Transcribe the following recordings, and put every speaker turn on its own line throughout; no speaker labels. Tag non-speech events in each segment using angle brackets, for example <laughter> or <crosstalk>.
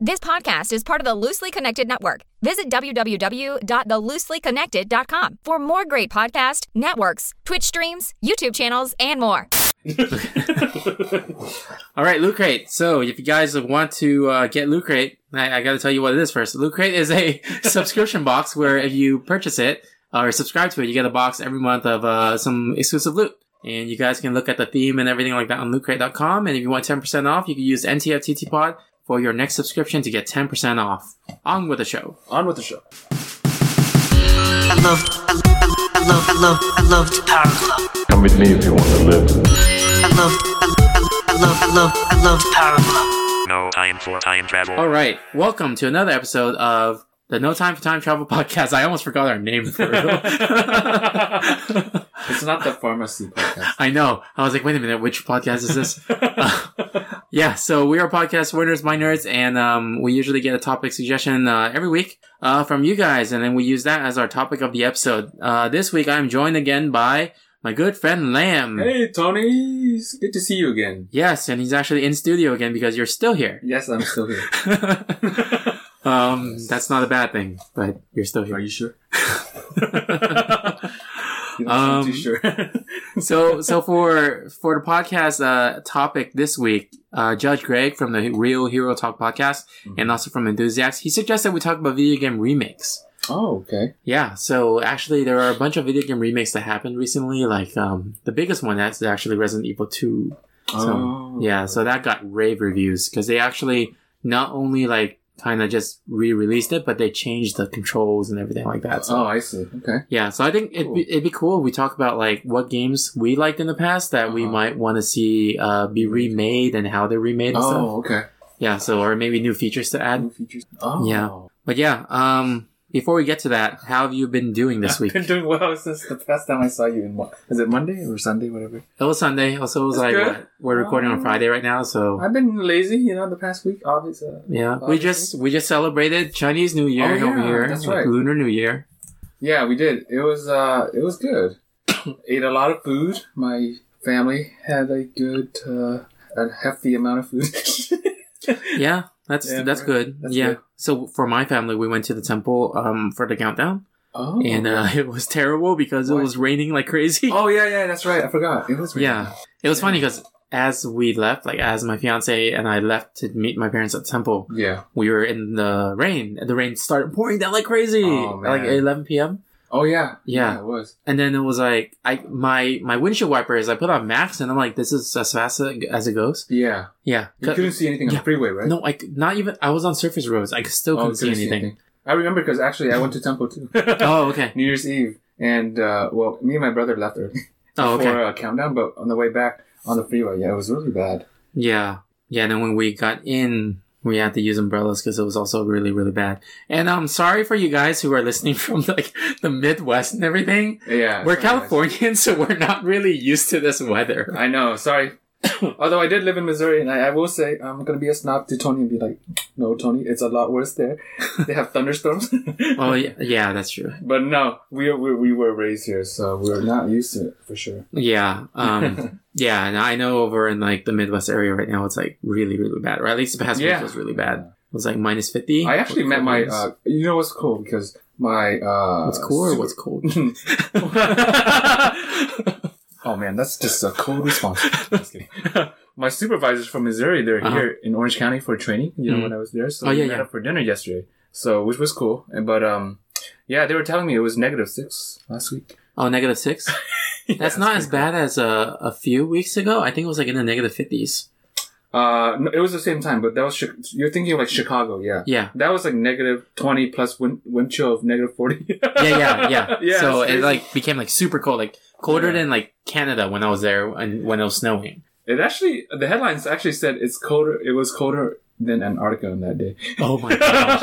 This podcast is part of the Loosely Connected Network. Visit www.thelooselyconnected.com for more great podcast networks, Twitch streams, YouTube channels, and more.
All right, Loot Crate. So, if you guys want to uh, get Loot Crate, I, I got to tell you what it is first. Loot Crate is a <laughs> subscription box where if you purchase it uh, or subscribe to it, you get a box every month of uh, some exclusive loot. And you guys can look at the theme and everything like that on lootcrate.com. And if you want 10% off, you can use NTFTT Pod for your next subscription to get 10% off. On with the show.
On with the show.
I love, I love, I love, I love, I love the power glove.
Come with me if you want to live.
I love, I love, I love, I love, I love the power glove.
No time for time travel.
All right, welcome to another episode of the No Time for Time Travel <laughs> podcast. I almost forgot our name for
<laughs>
real.
It's not the pharmacy podcast.
I know. I was like, wait a minute, which podcast is
<laughs>
this? Yeah, so we are podcast winners, my nerds, and um, we usually get a topic suggestion uh, every week uh, from you guys, and then we use that as our topic of the episode. Uh, this week, I'm joined again by my good friend Lamb.
hey, Tony. It's good to see you again.
Yes, and he's actually in studio again because you're still here.
Yes, I'm still here.
<laughs> um, that's not a bad thing, but you're still
<laughs> Are
here.
you <laughs> sure? You don't
Um,
sound too sure.
so, so for for the podcast uh, topic this week, uh, Judge Greg from the Real Hero Talk podcast,
Mm-hmm.
and also from Enthusiasts, he suggested we talk about video game remakes.
<laughs> oh, okay.
Yeah, so actually, there are a bunch of video game remakes that happened recently. Like um, the biggest one that's actually Resident Evil Two. So
Oh.
yeah, so that got rave reviews because they actually not only like kind of just re-released it, but they changed the controls and everything like that. So
Oh, I see. Okay.
yeah, so I think it'd, be,
Cool.
it'd be cool if we talk about like what games we liked in the past that we
Uh-huh.
might want to see uh, be remade and how they're remade and
Oh,
stuff.
okay.
Yeah, so or maybe new features to add.
New features. Oh.
Yeah. But yeah, um, before we get to that, how have you been doing this week?
<laughs> I've been doing well since the last time I saw you in what? Is it Monday or Sunday, whatever?
It was Sunday. Also, it was
It's
like
good.
what- we're recording on
Um,
Friday right now, so
I've been lazy, you know, the past week, obviously.
yeah, we
obviously.
just we just celebrated Chinese New Year
Oh,
over
yeah,
here,
that's
like
right.
Lunar New Year.
Yeah, we did. It was uh, it was good. <coughs> Ate a lot of food. My family had a good, uh, a hefty amount of food. <laughs>
Yeah, that's
Yeah,
that's
right.
good.
That's
yeah.
good.
So for my family, we went to the temple um for the countdown,
oh,
and uh, <laughs> it was terrible because it
Why?
was raining like crazy.
oh yeah, yeah, that's right. I forgot. It was
<laughs>
really
Yeah. It was funny because as we left, like as my fiance and I left to meet my parents at the temple,
yeah.
we were in the rain, and the rain started pouring down like crazy,
Oh,
at like
man.
11 p.m.
Oh yeah.
Yeah.
it was.
And then it was like I my my windshield wipers. I put on max, and I'm like, this is as fast as as it goes.
Yeah,
Yeah.
you couldn't see anything on
yeah.
the freeway, right?
No, I c- not even. I was on surface roads. I still
Oh,
couldn't
you
see anything.
I remember because actually I went to temple
<laughs>
too, <laughs>
oh, okay.
New Year's Eve, and uh, well, me and my brother left early
Oh, okay.
for uh, a countdown, but on the way back on the freeway, yeah, it was really bad.
Yeah, yeah. And then when we got in, we had to use umbrellas because it was also really really bad. And I'm sorry for you guys who are listening <laughs> from like the Midwest and everything.
Yeah,
We're
sorry, guys.
Californians, so we're not really used to this weather.
I know. Sorry. <coughs> Although I did live in Missouri, and I, I will say I'm gonna be a snob to Tony and be like, "No, Tony, it's a lot worse there. They have thunderstorms."
<laughs> Oh, yeah, yeah, that's true.
but no, we, we we were raised here, so we're not used to it for sure.
Yeah.
<laughs>
Um, yeah. And I know over in like the Midwest area right now, it's like really, really bad. Or at least the past
Yeah.
week was really bad. It was like minus 50.
I actually met my.
Minus-
Uh, you know what's cool because my. Uh,
what's cool or
super-
what's
<laughs>
cold?
oh man, that's just a cold
<laughs>
response. Just kidding. <laughs> my supervisors from Missouri, they're
Uh-huh.
here in Orange County for training. You know
Mhm.
when I was there, so
Oh, yeah,
we met
yeah.
up for dinner yesterday. So which was cool, And- but um, yeah, they were telling me it was negative six last week.
oh, negative
<laughs>
six? That's not as bad as uh, a few weeks ago. I think it was like in the negative 50s.
Uh, no, it was the same time, but that was Chi- you're thinking of like Chicago, yeah.
Yeah.
That was like negative twenty plus wind, wind chill of negative forty. <laughs>
Yeah. Yeah. <laughs> Yeah.
Yeah,
so
it's
it
crazy.
like became like super cold, like colder
Yeah.
than like Canada when I was there and when it was snowing.
It actually, the headlines actually said it's colder. It was colder than Antarctica on that <laughs> day.
Oh <laughs> my gosh.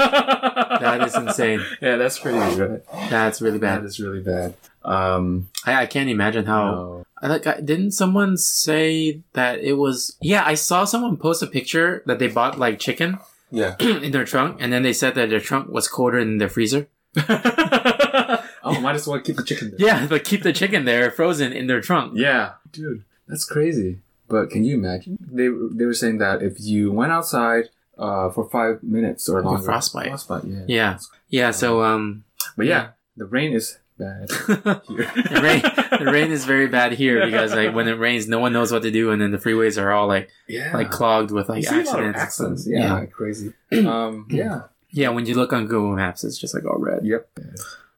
that is insane.
Yeah, that's crazy, right?
That's really
That
bad.
is really bad. Oh. Um,
I, I can't imagine how.
no.
I like. I, didn't someone say that it was? Yeah, I saw someone post a picture that they bought like chicken <clears throat>
yeah.
in their trunk, and then they said that their trunk was colder than their freezer.
<laughs> Oh, might as well keep the chicken. There.
Yeah, <laughs> but keep the chicken there frozen in their trunk.
Yeah, dude, that's crazy. But can you imagine? They they were saying that if you went outside uh, for five minutes or
Like a
longer.
frostbite.
Frostbite, yeah.
Yeah. Yeah. So, um, <laughs>
But yeah, the rain is bad here.
the rain, the rain is very bad here because like when it rains, no one knows what to do, and then the freeways are all like
<laughs> yeah.
like clogged with like
you see a
accidents.
lot of accidents. Yeah,
yeah,
like crazy. <clears throat> um, yeah.
Yeah, When you look on Google Maps, it's just like all red.
Yep.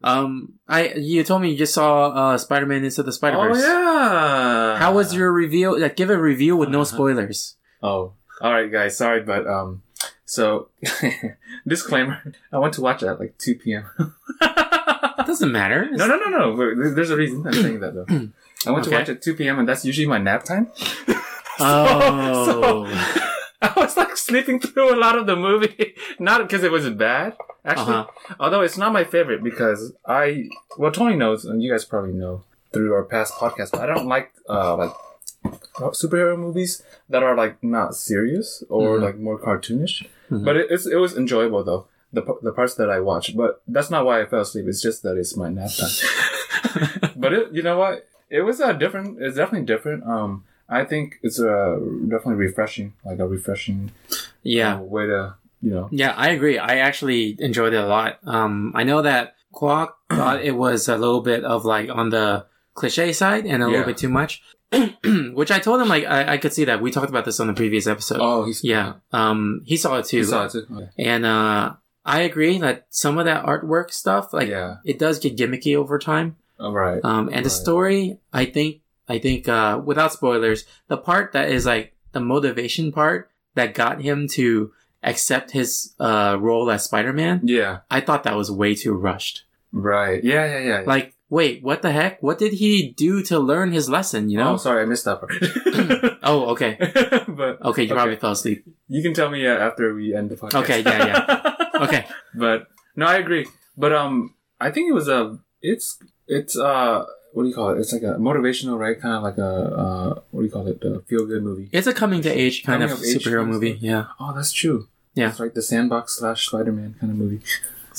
Um, I you told me you just saw uh, Spider Man into the Spider
Oh
Verse.
yeah.
How was your review? Like, give a review with
Uh-huh.
no spoilers.
Oh, all right, guys. Sorry, but um, so <laughs> disclaimer. I went to watch it at like two p.m.
That doesn't matter.
<laughs> No, no, no, no. There- There's a reason I'm saying that though. <clears throat> I went to
Okay.
watch at 2 p.m. and that's usually my nap time.
Oh.
<laughs> So- I was like sleeping through a lot of the movie, <laughs> not because it was bad, actually. Although it's not my favorite because I, well, Tony knows and you guys probably know through our past podcast, but I don't like uh, like superhero movies that are like not serious or
Mhm.
like more cartoonish. But it, it's, it was enjoyable though. The, p- the parts that I watched, but that's not why I fell asleep. It's just that it's my nap time. but it, you know what? It was uh, different. It's definitely different. Um, I think it's uh, definitely refreshing, like a refreshing
Yeah.
uh, way to you know.
Yeah, I agree. I actually enjoyed it a lot. Um, I know that Kwok thought it was a little bit of like on the cliche side and a
Yeah.
little bit too much, <clears throat> which I told him like I, I could see that. We talked about this on the previous episode.
Oh, he's
Yeah, um, he saw it too,
He saw it too. Okay.
and uh, I agree that some of that artwork stuff, like
yeah.
it does get gimmicky over time.
All right.
Um, and the
Right.
story, I think, I think, uh, without spoilers, the part that is like the motivation part that got him to accept his, uh, role as Spider-Man,
yeah.
I thought that was way too rushed.
Right. Yeah. Yeah. Yeah. yeah.
Like, wait, what the heck? What did he do to learn his lesson, you
Oh,
know?
sorry, I missed that part. <laughs>
Oh, okay.
but
Okay, you probably fell asleep.
you can tell me uh, after we end the podcast.
Okay, yeah,
<laughs> yeah.
Okay.
but no, I agree. But um, I think it was a. It's it's uh, what do you call it? It's like a motivational, right? Kind of like a uh, what do you call it? The feel good movie.
It's a coming to age kind
Coming
of
of age
superhero
kind of
movie.
stuff.
Yeah.
Oh, that's true.
Yeah.
it's like the sandbox slash Spider Man kind of
<laughs>
movie.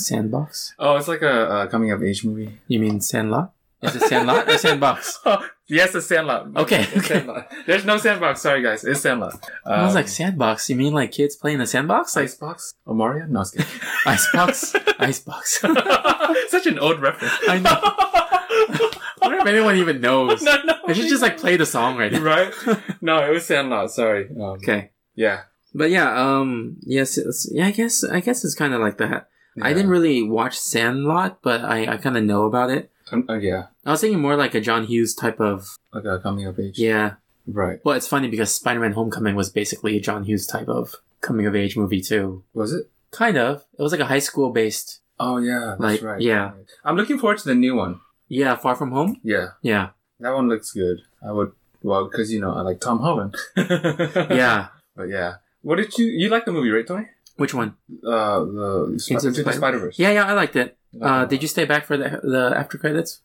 Sandbox?
Oh, it's like a, uh coming of age movie.
You mean Sandlot? Is it Sandlot or Sandbox?
<laughs> Oh, yes, it's
<laughs>
Sandlot.
Okay,
It's
okay.
Sandlot. There's no sandbox. Sorry, guys. It's Sandlot.
I was
Um,
like, Sandbox? You mean like kids playing the sandbox? Like
Icebox? Amaria? No, I was kidding.
<laughs> Icebox? <laughs> Icebox.
<laughs> Such an old reference.
I
<laughs> know.
I wonder if anyone even <laughs> knows.
no, no.
I should just like play the song right <laughs> now.
<laughs> Right? No, it was Sandlot. Sorry. Um,
Okay.
Yeah.
But yeah, um, yes, it's, yeah, I guess, I guess it's kind of like that. I
Yeah.
didn't really watch Sandlot, but I, I kind of know about it.
Um, oh, yeah.
I was thinking more like a John Hughes type of,
Like a coming of age.
yeah.
Right.
Well, it's funny because Spider-Man Homecoming was basically a John Hughes type of coming of age movie too.
Was it?
Kind of. It was like a high school based.
Oh, yeah.
Like,
That's right.
yeah.
I'm looking forward to the new one.
Yeah, Far From Home?
Yeah.
Yeah.
That one looks good. I would, well, because, you know, I like Tom Holland. yeah.
Yeah.
But yeah. What did you, you like the movie, right, Tony?
Which one?
Uh, the Sp-
Into the
Into the
Spider-
Spider Verse.
Yeah, yeah, I liked it. Uh, did you stay back for the, the after credits?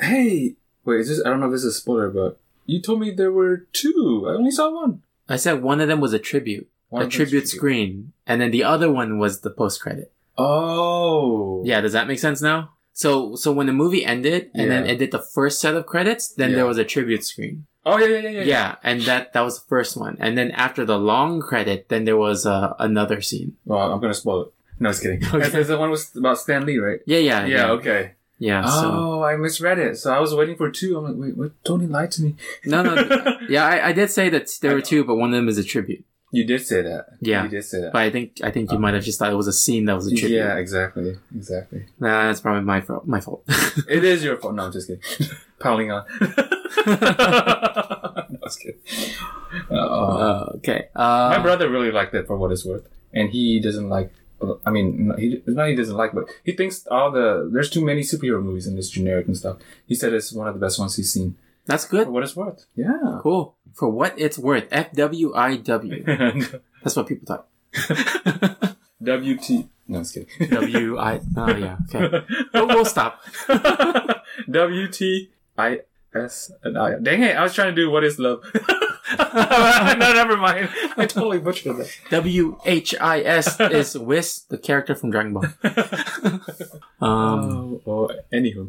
Hey, wait, is this? I don't know if this is a spoiler, but you told me there were two. I only saw one.
I said one of them was a tribute.
One
a
of them's
tribute screen, and then the other one was the post credit.
Oh,
Yeah, does that make sense now? So, so when the movie ended, and then
Yeah.
it did the first set of credits, then
Yeah.
there was a tribute screen.
Oh yeah, yeah, yeah,
Yeah,
yeah.
and that that was the first one, and then after the long credit, then there was uh, another scene.
Well, I'm gonna spoil it. No, just kidding.
<laughs> Okay.
That's, that's the one was about Stan Lee, right?
Yeah, yeah,
yeah. Okay.
yeah. So
Oh, I misread it. So I was waiting for two. I'm like, wait, what? Tony lied to me.
no,
<laughs>
no, yeah, I, I did say that there were two, but one of them is a tribute.
You did say that.
Yeah.
You did say that.
But I think I think you might have just thought it was a scene that was a tribute.
yeah, exactly, exactly.
Nah, that's probably my fault. My fault. <laughs>
It is your fault. No, I'm just kidding. <laughs> Piling <laughs> on. no, just kidding. Uh,
Uh, okay. Uh,
My brother really liked it for what it's worth, and he doesn't like. I mean, he it's not he doesn't like, but he thinks all the there's too many superhero movies and it's generic and stuff. He said it's one of the best ones he's seen
That's
for
good.
what it's worth. <laughs> Yeah.
Cool. For what it's worth. F W I W. That's what people
<laughs>
thought.
WT. No, I'm just kidding.
W I. Oh yeah. Okay. But we'll stop.
<laughs> WT I S and I. Dang it! I was trying to do what is love. <laughs> no, never mind. I totally butchered that.
W H I S is Whis, the character from Dragon
<laughs>
Ball. Um.
Oh, oh anywho.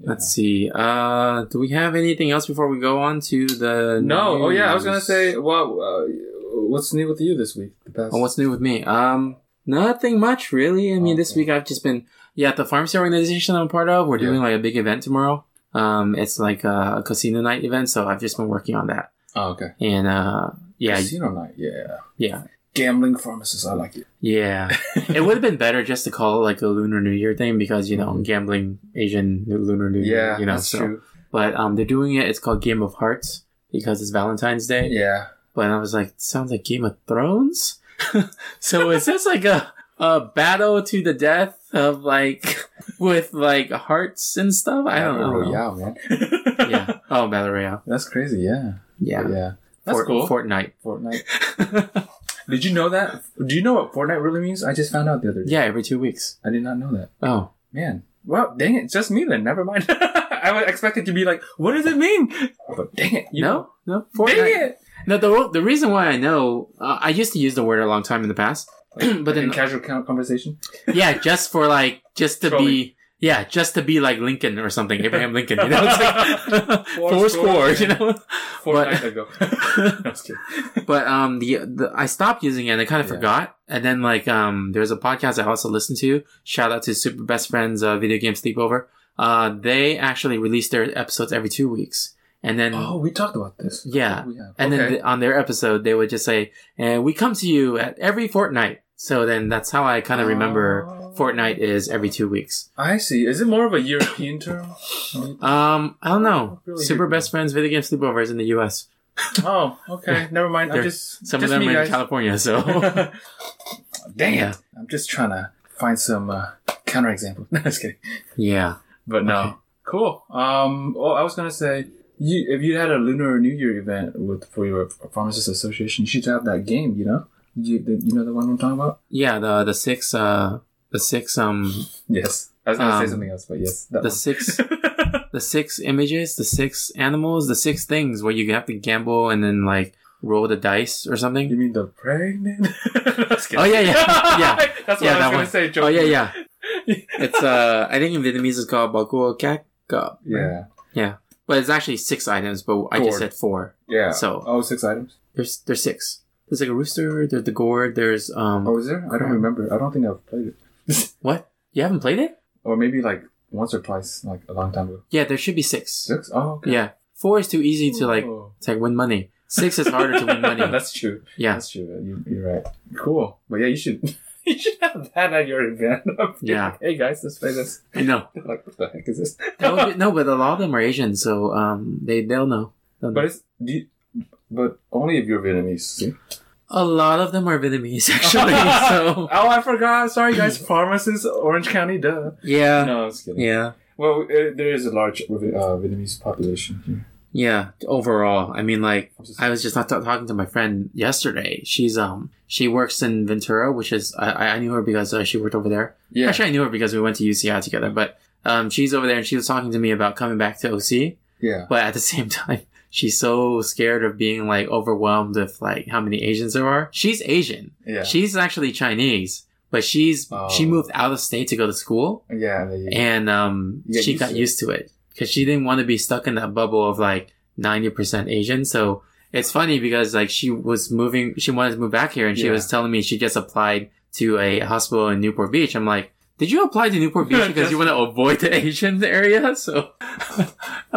Let's see. Uh, do we have anything else before we go on to the?
No. Oh yeah, I was gonna
news?
say. Well, uh, what's new with you this week? The past.
Oh, what's new with me? Um, nothing much really. I mean, this
Okay.
week I've just been yeah at the pharmacy organization I'm a part of. We're doing
Yeah.
like a big event tomorrow. Um, it's like a, a casino night event, so I've just been working on that.
oh, okay.
And uh, yeah,
Casino night. Yeah.
yeah,
Gambling pharmacist. I like it. <laughs>
yeah. it would have been better just to call it like a Lunar New Year thing because you know gambling Asian New- Lunar New Year.
Mm-hmm. Yeah,
you know,
that's
so.
true.
But um, they're doing it. It's called Game of Hearts because it's Valentine's Day.
Yeah.
But I was like, sounds like Game of Thrones. so is this like a a battle to the death of like <laughs> with like hearts and stuff? I don't know.
Oh, Yeah, man.
yeah. Oh, battle royale.
That's crazy. Yeah.
Yeah.
Yeah. That's
Fort-
cool.
Fortnite.
Fortnite. <laughs> Did you know that? Do you know what Fortnite really means? I just found out the other day.
Yeah, every two weeks.
I did not know that.
Oh,
Man. Well, dang it. Just me then. Never mind. <laughs> I was expected to be like, what does it mean? But dang it. You
no, no,
know.
Fortnite.
Dang it.
No, the the reason why I know, uh, I used to use the word a long time in the past, but
<clears throat> But in
then
casual con- conversation.
yeah, just for like just to
Trolling.
be. Yeah, just to be like Lincoln or something, Abraham Lincoln, you know, it's like <laughs>
Four
four
score.
scores, you know. But-
Fortnite <laughs> ago. No, I was kidding.
but um the, the i stopped using it and i kind of
Yeah.
forgot and then like um there's a podcast i also listened to shout out to super best friends uh, video game sleepover uh they actually release their episodes every two weeks and then
Oh, we talked about this.
Yeah.
We have.
and
okay.
then th- on their episode they would just say and we come to you at every fortnight so then that's how i kind of remember
Oh.
fortnight is every two weeks
I see. Is it more of a European <laughs> term?
um i don't know
Really
super
good.
best friends video game sleepovers in the us
oh, okay. Never mind. I'm
There-
just
some
just
of them
me,
are in
guys.
california
<laughs>
so
Dang
Yeah.
it! I'm just trying to find some uh, counterexample. <laughs> No, just kidding.
yeah
But no,
Okay.
cool. Um, oh, I was gonna say, you if you had a Lunar New Year event with for your pharmacist association, you should have that game. You know, you the, you know the one I'm talking about.
yeah the the six uh the six um
Yes, I was gonna
Um,
say something else, but yes, that
the
one. <laughs>
six the six images the six animals the six things where you have to gamble and then like roll the dice or
You
something
mean the pregnant? <laughs>
oh yeah yeah <laughs> yeah
That's what
yeah that
I was gonna
one.
say.
oh
joking.
yeah yeah
<laughs>
it's uh i think in vietnamese it's called bakuo kak Cup.
yeah,
yeah but it's actually six items but i
Gourd.
just said four
yeah.
So-
oh, six items.
there's there's six there's like a rooster there's the gourd there's um
Oh, is there? I don't remember. I don't think I've played it,
what you haven't played it
or maybe like once or twice, like a long time ago.
yeah there should be six
Six? Oh, okay.
yeah four is too easy to like
Oh.
to like win money six is harder to win money
<laughs> That's true.
yeah
That's true. You, you're right. Cool. But yeah, you should <laughs> you should have that at your event. <laughs>
Yeah.
Hey guys, let's play this.
i know
<laughs> Like, what the heck is this?
That would be- no, but a lot of them are Asian, so um, they they'll know. They'll know.
<laughs> But it's do you, but only if you're Vietnamese. See?
a lot of them are
<laughs>
Vietnamese, actually. so
oh, I forgot. Sorry, guys. <clears throat> Pharmacists, Orange County. Duh.
yeah,
No, I was kidding.
Uh, yeah,
Well, uh, there is a large uh, Vietnamese population here.
yeah. Overall, I mean, like I was just not ta- talking to my friend yesterday. She's um she works in Ventura, which is I I knew her because uh, she worked over there.
Yeah.
Actually, I knew her because we went to UCI together. But um, she's over there and she was talking to me about coming back to OC.
Yeah.
But at the <laughs> same time, she's so scared of being like overwhelmed with like how many Asians there are. She's Asian.
Yeah.
She's actually Chinese, but she's
Oh.
she moved out of state to go to school,
yeah. they-
and um,
You get
she
used
got
to it.
used to it because she didn't want to be stuck in that bubble of like ninety percent Asian. So it's funny because like she was moving, she wanted to move back here, and she
Yeah.
was telling me she just applied to a hospital in Newport Beach. I'm like. Did you apply to Newport Beach because you want to avoid the <laughs> Asian area? So <laughs> that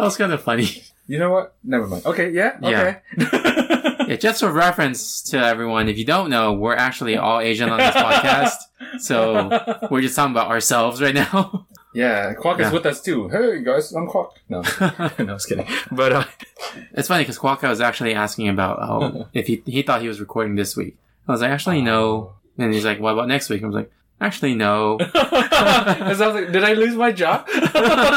was kind of funny.
You know what? Never mind. Okay. Yeah.
Yeah.
Okay.
Yeah, just for reference to everyone, if you don't know, we're actually all Asian
<laughs>
on this podcast. So we're just talking about ourselves right now. <laughs>
Yeah, Quack
Yeah.
is with us too. Hey guys, I'm Quack. No, <laughs> no, I was kidding. But uh,
It's funny because Quaka was actually asking about
<laughs>
oh, if he he thought he was recording this week. I was like, actually
Oh.
no. And he's like, what about next week? I was like, actually no.
it sounds like, did I lose my job? <laughs>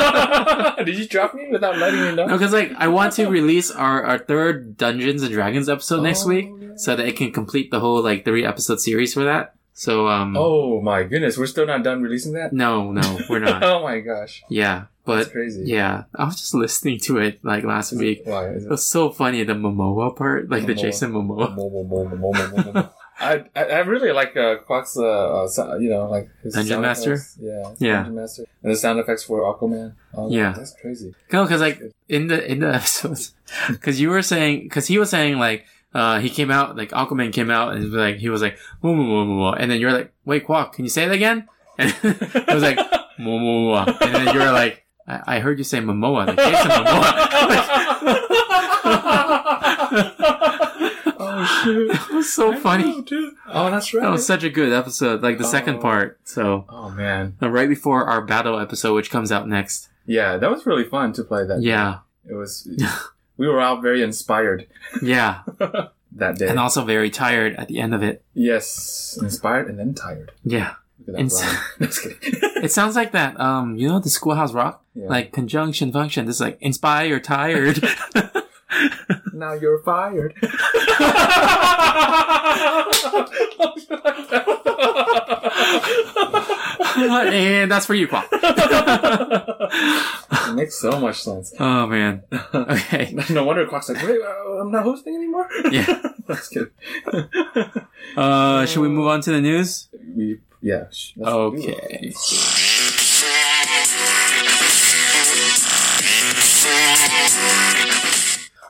did you drop me without <laughs> letting me know?
No, because like I want to release our, our third Dungeons and Dragons episode next
Oh,
week,
yeah.
so that it can complete the whole like three episode series for that. So um,
Oh my goodness, we're still not done releasing that.
no, no, we're
<laughs>
not.
oh my gosh,
yeah, but
that's crazy.
Yeah, I was just listening to it like last
Is it-
week.
Why? Is
It
it?
was so funny the Momoa part, like the
Momoa.
Jason Momoa.
Mo- mo- mo- mo- mo- mo- mo- mo. I, I I really like uh, Quack's uh, uh so- you know like his
Dungeon
sound
Master?
effects. Yeah,
Yeah.
Dungeon Master and the sound effects for Aquaman. Oh,
Yeah.
that's crazy.
<laughs> No, because like in the in the episodes, because you were saying because he was saying like uh, he came out, like Aquaman came out, and he was like, he was like, "Whoa, whoa, whoa, whoa, whoa." and then you're like, wait, Quack, can you say it again? And <laughs> I was like, "Whoa, whoa, whoa, whoa." and then you're like, I-, I heard you say Momoa, like Jason Momoa. <laughs>
<laughs> oh shit!
It was so funny.
Oh, that's right.
That was such a good episode, like the second
Oh.
part. So
oh man,
uh, right before our battle episode, which comes out next.
yeah, that was really fun to play that.
Yeah, <laughs>
it was. we were all very inspired
yeah,
that day.
and also very tired at the end of it.
yes, inspired and then tired.
Yeah,
Look at that.
<laughs> Ins-
rhyme. Just kidding.
<laughs> it sounds like that. Um, you know the Schoolhouse Rock,
Yeah.
like conjunction function. This is like inspire tired. <laughs>
now you're fired.
and that's for you,
<laughs>
Paul.
It makes so much sense. <laughs>
Oh man. Okay.
No wonder Quack's like, wait, uh, I'm not hosting anymore.
<laughs>
<laughs>
Yeah.
That's good.
Uh, should we move on to the news?
we, yeah. sh- that's what we do.
Okay.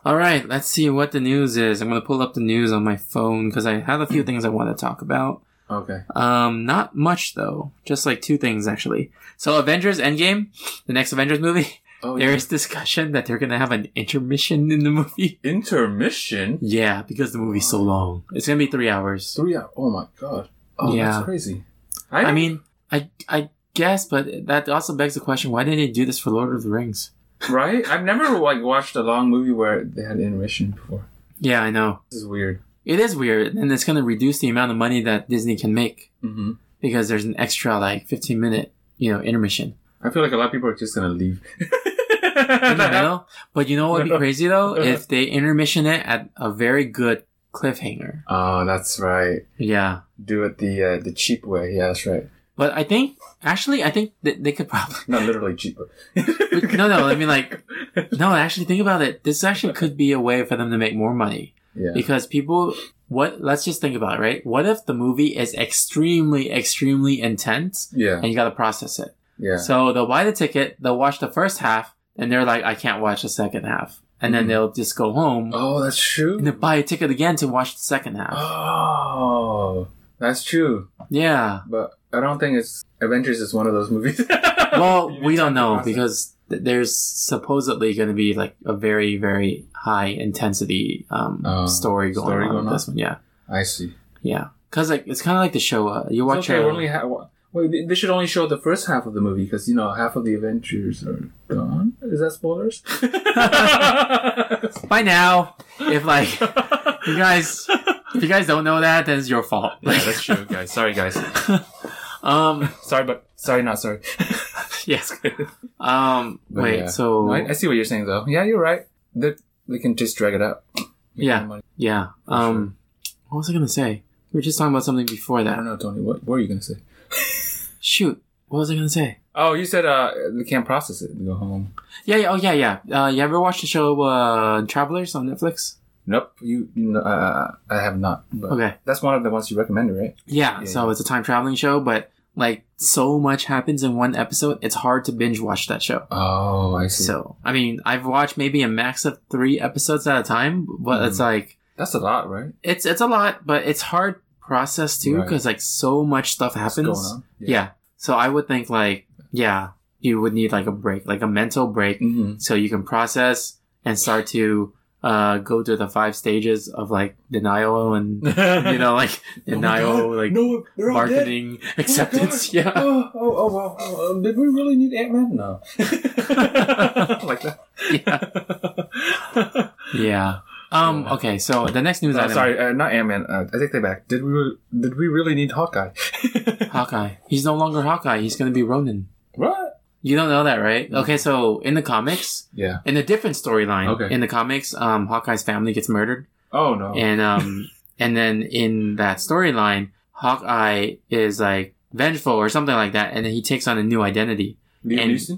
All right, let's see what the news is. I'm going to pull up the news on my phone because I have a few things I want to talk about.
Okay.
Um, not much though. Just like two things actually. So Avengers Endgame, the next Avengers movie,
Oh,
there
yeah.
is discussion that they're going to have an intermission in the movie.
intermission.
Yeah, because the movie's so long. It's going to be 3 hours.
Three hours. Oh my god. Oh,
Yeah.
that's crazy.
I mean, I I guess, but that also begs the question: Why didn't they do this for Lord of the Rings?
right? I've never like watched a long movie where they had intermission before.
Yeah, I know
This is weird.
it is weird, and it's going to reduce the amount of money that Disney can make
Mm-hmm.
because there's an extra like 15 minute you know intermission
I feel like a lot of people are just gonna leave. <laughs>
in the middle. But you know what would be crazy though if they intermission it at a very good cliffhanger.
oh, that's right.
Yeah,
Do it the uh, the cheap way. Yeah, that's right.
but I think actually I think that they could probably <laughs>
Not literally cheap. But
no no I mean like no actually think about it. This actually could be a way for them to make more money.
yeah.
because people what let's just think about it right what if the movie is extremely extremely intense
yeah.
and you got to process it
Yeah.
so they'll buy the ticket they'll watch the first half and they're like i can't watch the second half and then
Mhm.
they'll just go home
oh, that's true.
and then buy a ticket again to watch the second half
Oh, that's true.
yeah
But I don't think it's Avengers is one of those movies. <laughs>
well
You
we
need
don't
time to
know
process.
because th- there's supposedly going to be like a very very high intensity um,
Oh,
story going
story
on
going
with this
on?
one yeah
I see.
yeah because like it's kind of like the show uh, you watch
It's okay,
uh,
we only ha- wa- Wait, they- they should only show the first half of the movie because you know half of the Avengers are gone. Is that spoilers? <laughs>
by now, if like you guys, if you guys don't know that, then it's your fault. Like,
that's true, guys. Sorry, <laughs> guys.
<laughs> um,
Sorry, but sorry, not <laughs> sorry.
yes. Um,
But
wait.
yeah.
So
I, I see what you're saying, though. Yeah, you're right. They, they can just drag it out. Make
Yeah.
more money.
yeah. Um, what was I gonna say? We were just talking about something before
I don't
that.
know, Tony. What, what were you gonna say?
Shoot, what was I gonna say?
Oh, you said uh, they can't process it. They go home.
Yeah. yeah oh, yeah. Yeah. Uh, you ever watched the show uh, Travelers on Netflix?
Nope. You. you know, uh, I have not. But
Okay.
That's one of the ones you recommended, right?
Yeah.
Yeah,
so
yeah.
it's a time traveling show, but like so much happens in one episode, it's hard to binge watch that show.
Oh, I see.
So, I mean, I've watched maybe a max of three episodes at a time, but
Mm-hmm.
it's like
That's a lot, right?
it's it's a lot, but it's hard process too
Right.
because like so much stuff
What's
happens.
going on?
Yeah. so I would think like yeah, you would need like a break, like a mental break,
Mhm.
so you can process and start to uh go to the five stages of like denial and Mm-hmm.
<laughs>
you know like denial, like
Oh no, they're all dead.
marketing,
<laughs>
acceptance. <laughs>
Oh my
yeah,
God. Oh, oh, oh, wow. Oh, um, did we really need Ant Man?
<laughs>
No. <laughs> like <laughs> that.
yeah, yeah. Um. Okay. So the next news
Uh,
item.
sorry, uh, not Ant Man. Uh, I take that back. Did we re- did we really need
<laughs>
Hawkeye?
Hawkeye. He's no longer Hawkeye. He's gonna be Ronin.
what?
You don't know that, right? Okay, so in the comics,
Yeah.
in a different storyline,
Okay.
in the comics, um, Hawkeye's family gets murdered,
Oh no.
and
<laughs>
um, and then in that storyline, Hawkeye is like vengeful or something like that, and then he takes on a new identity.
Liam
and- <laughs>
Neeson.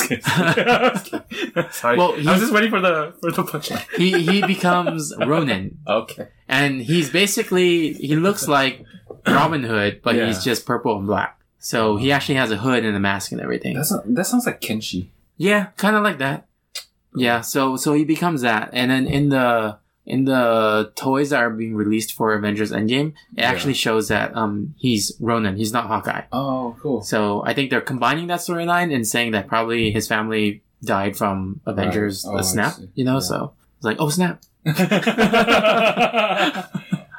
<laughs> Sorry.
Well,
Well, I
he-
was just waiting for the for the punchline.
He
<laughs>
he becomes Ronin,
Okay.
and he's basically he
<laughs>
looks like Robin Hood, but
Yeah.
he's just purple and black. So he actually has a hood and a mask and everything.
That's not, that sounds like Kenshi.
Yeah, kind of like that. Yeah, so so he becomes that, and then in the in the toys that are being released for Avengers Endgame, it
Yeah.
actually shows that um he's Ronan, he's not Hawkeye.
Oh, cool.
So I think they're combining that storyline and saying that probably his family died from Avengers
Right. Oh,
uh,
I
snap,
see.
you know.
Yeah.
So it's like, oh snap,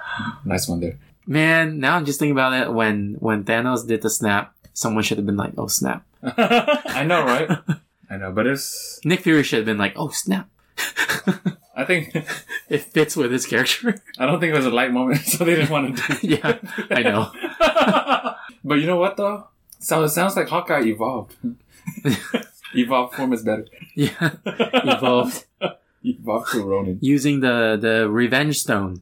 <laughs> nice one there.
man! Now I'm just thinking about it when when Thanos did the snap. Someone should have been like, oh snap.
I know, right? <laughs> I know, but it's.
Nick Fury should have been like, oh snap.
I think <laughs>
It fits with his character. <laughs>
I don't think it was a light moment, <laughs> so they didn't want to do. it.
yeah, I know. <laughs>
but you know what though? So it sounds like Hawkeye <laughs> evolved. evolved form is better.
Yeah, evolved
<laughs> Evolved to Ronin. <laughs>
using the the Revenge Stone.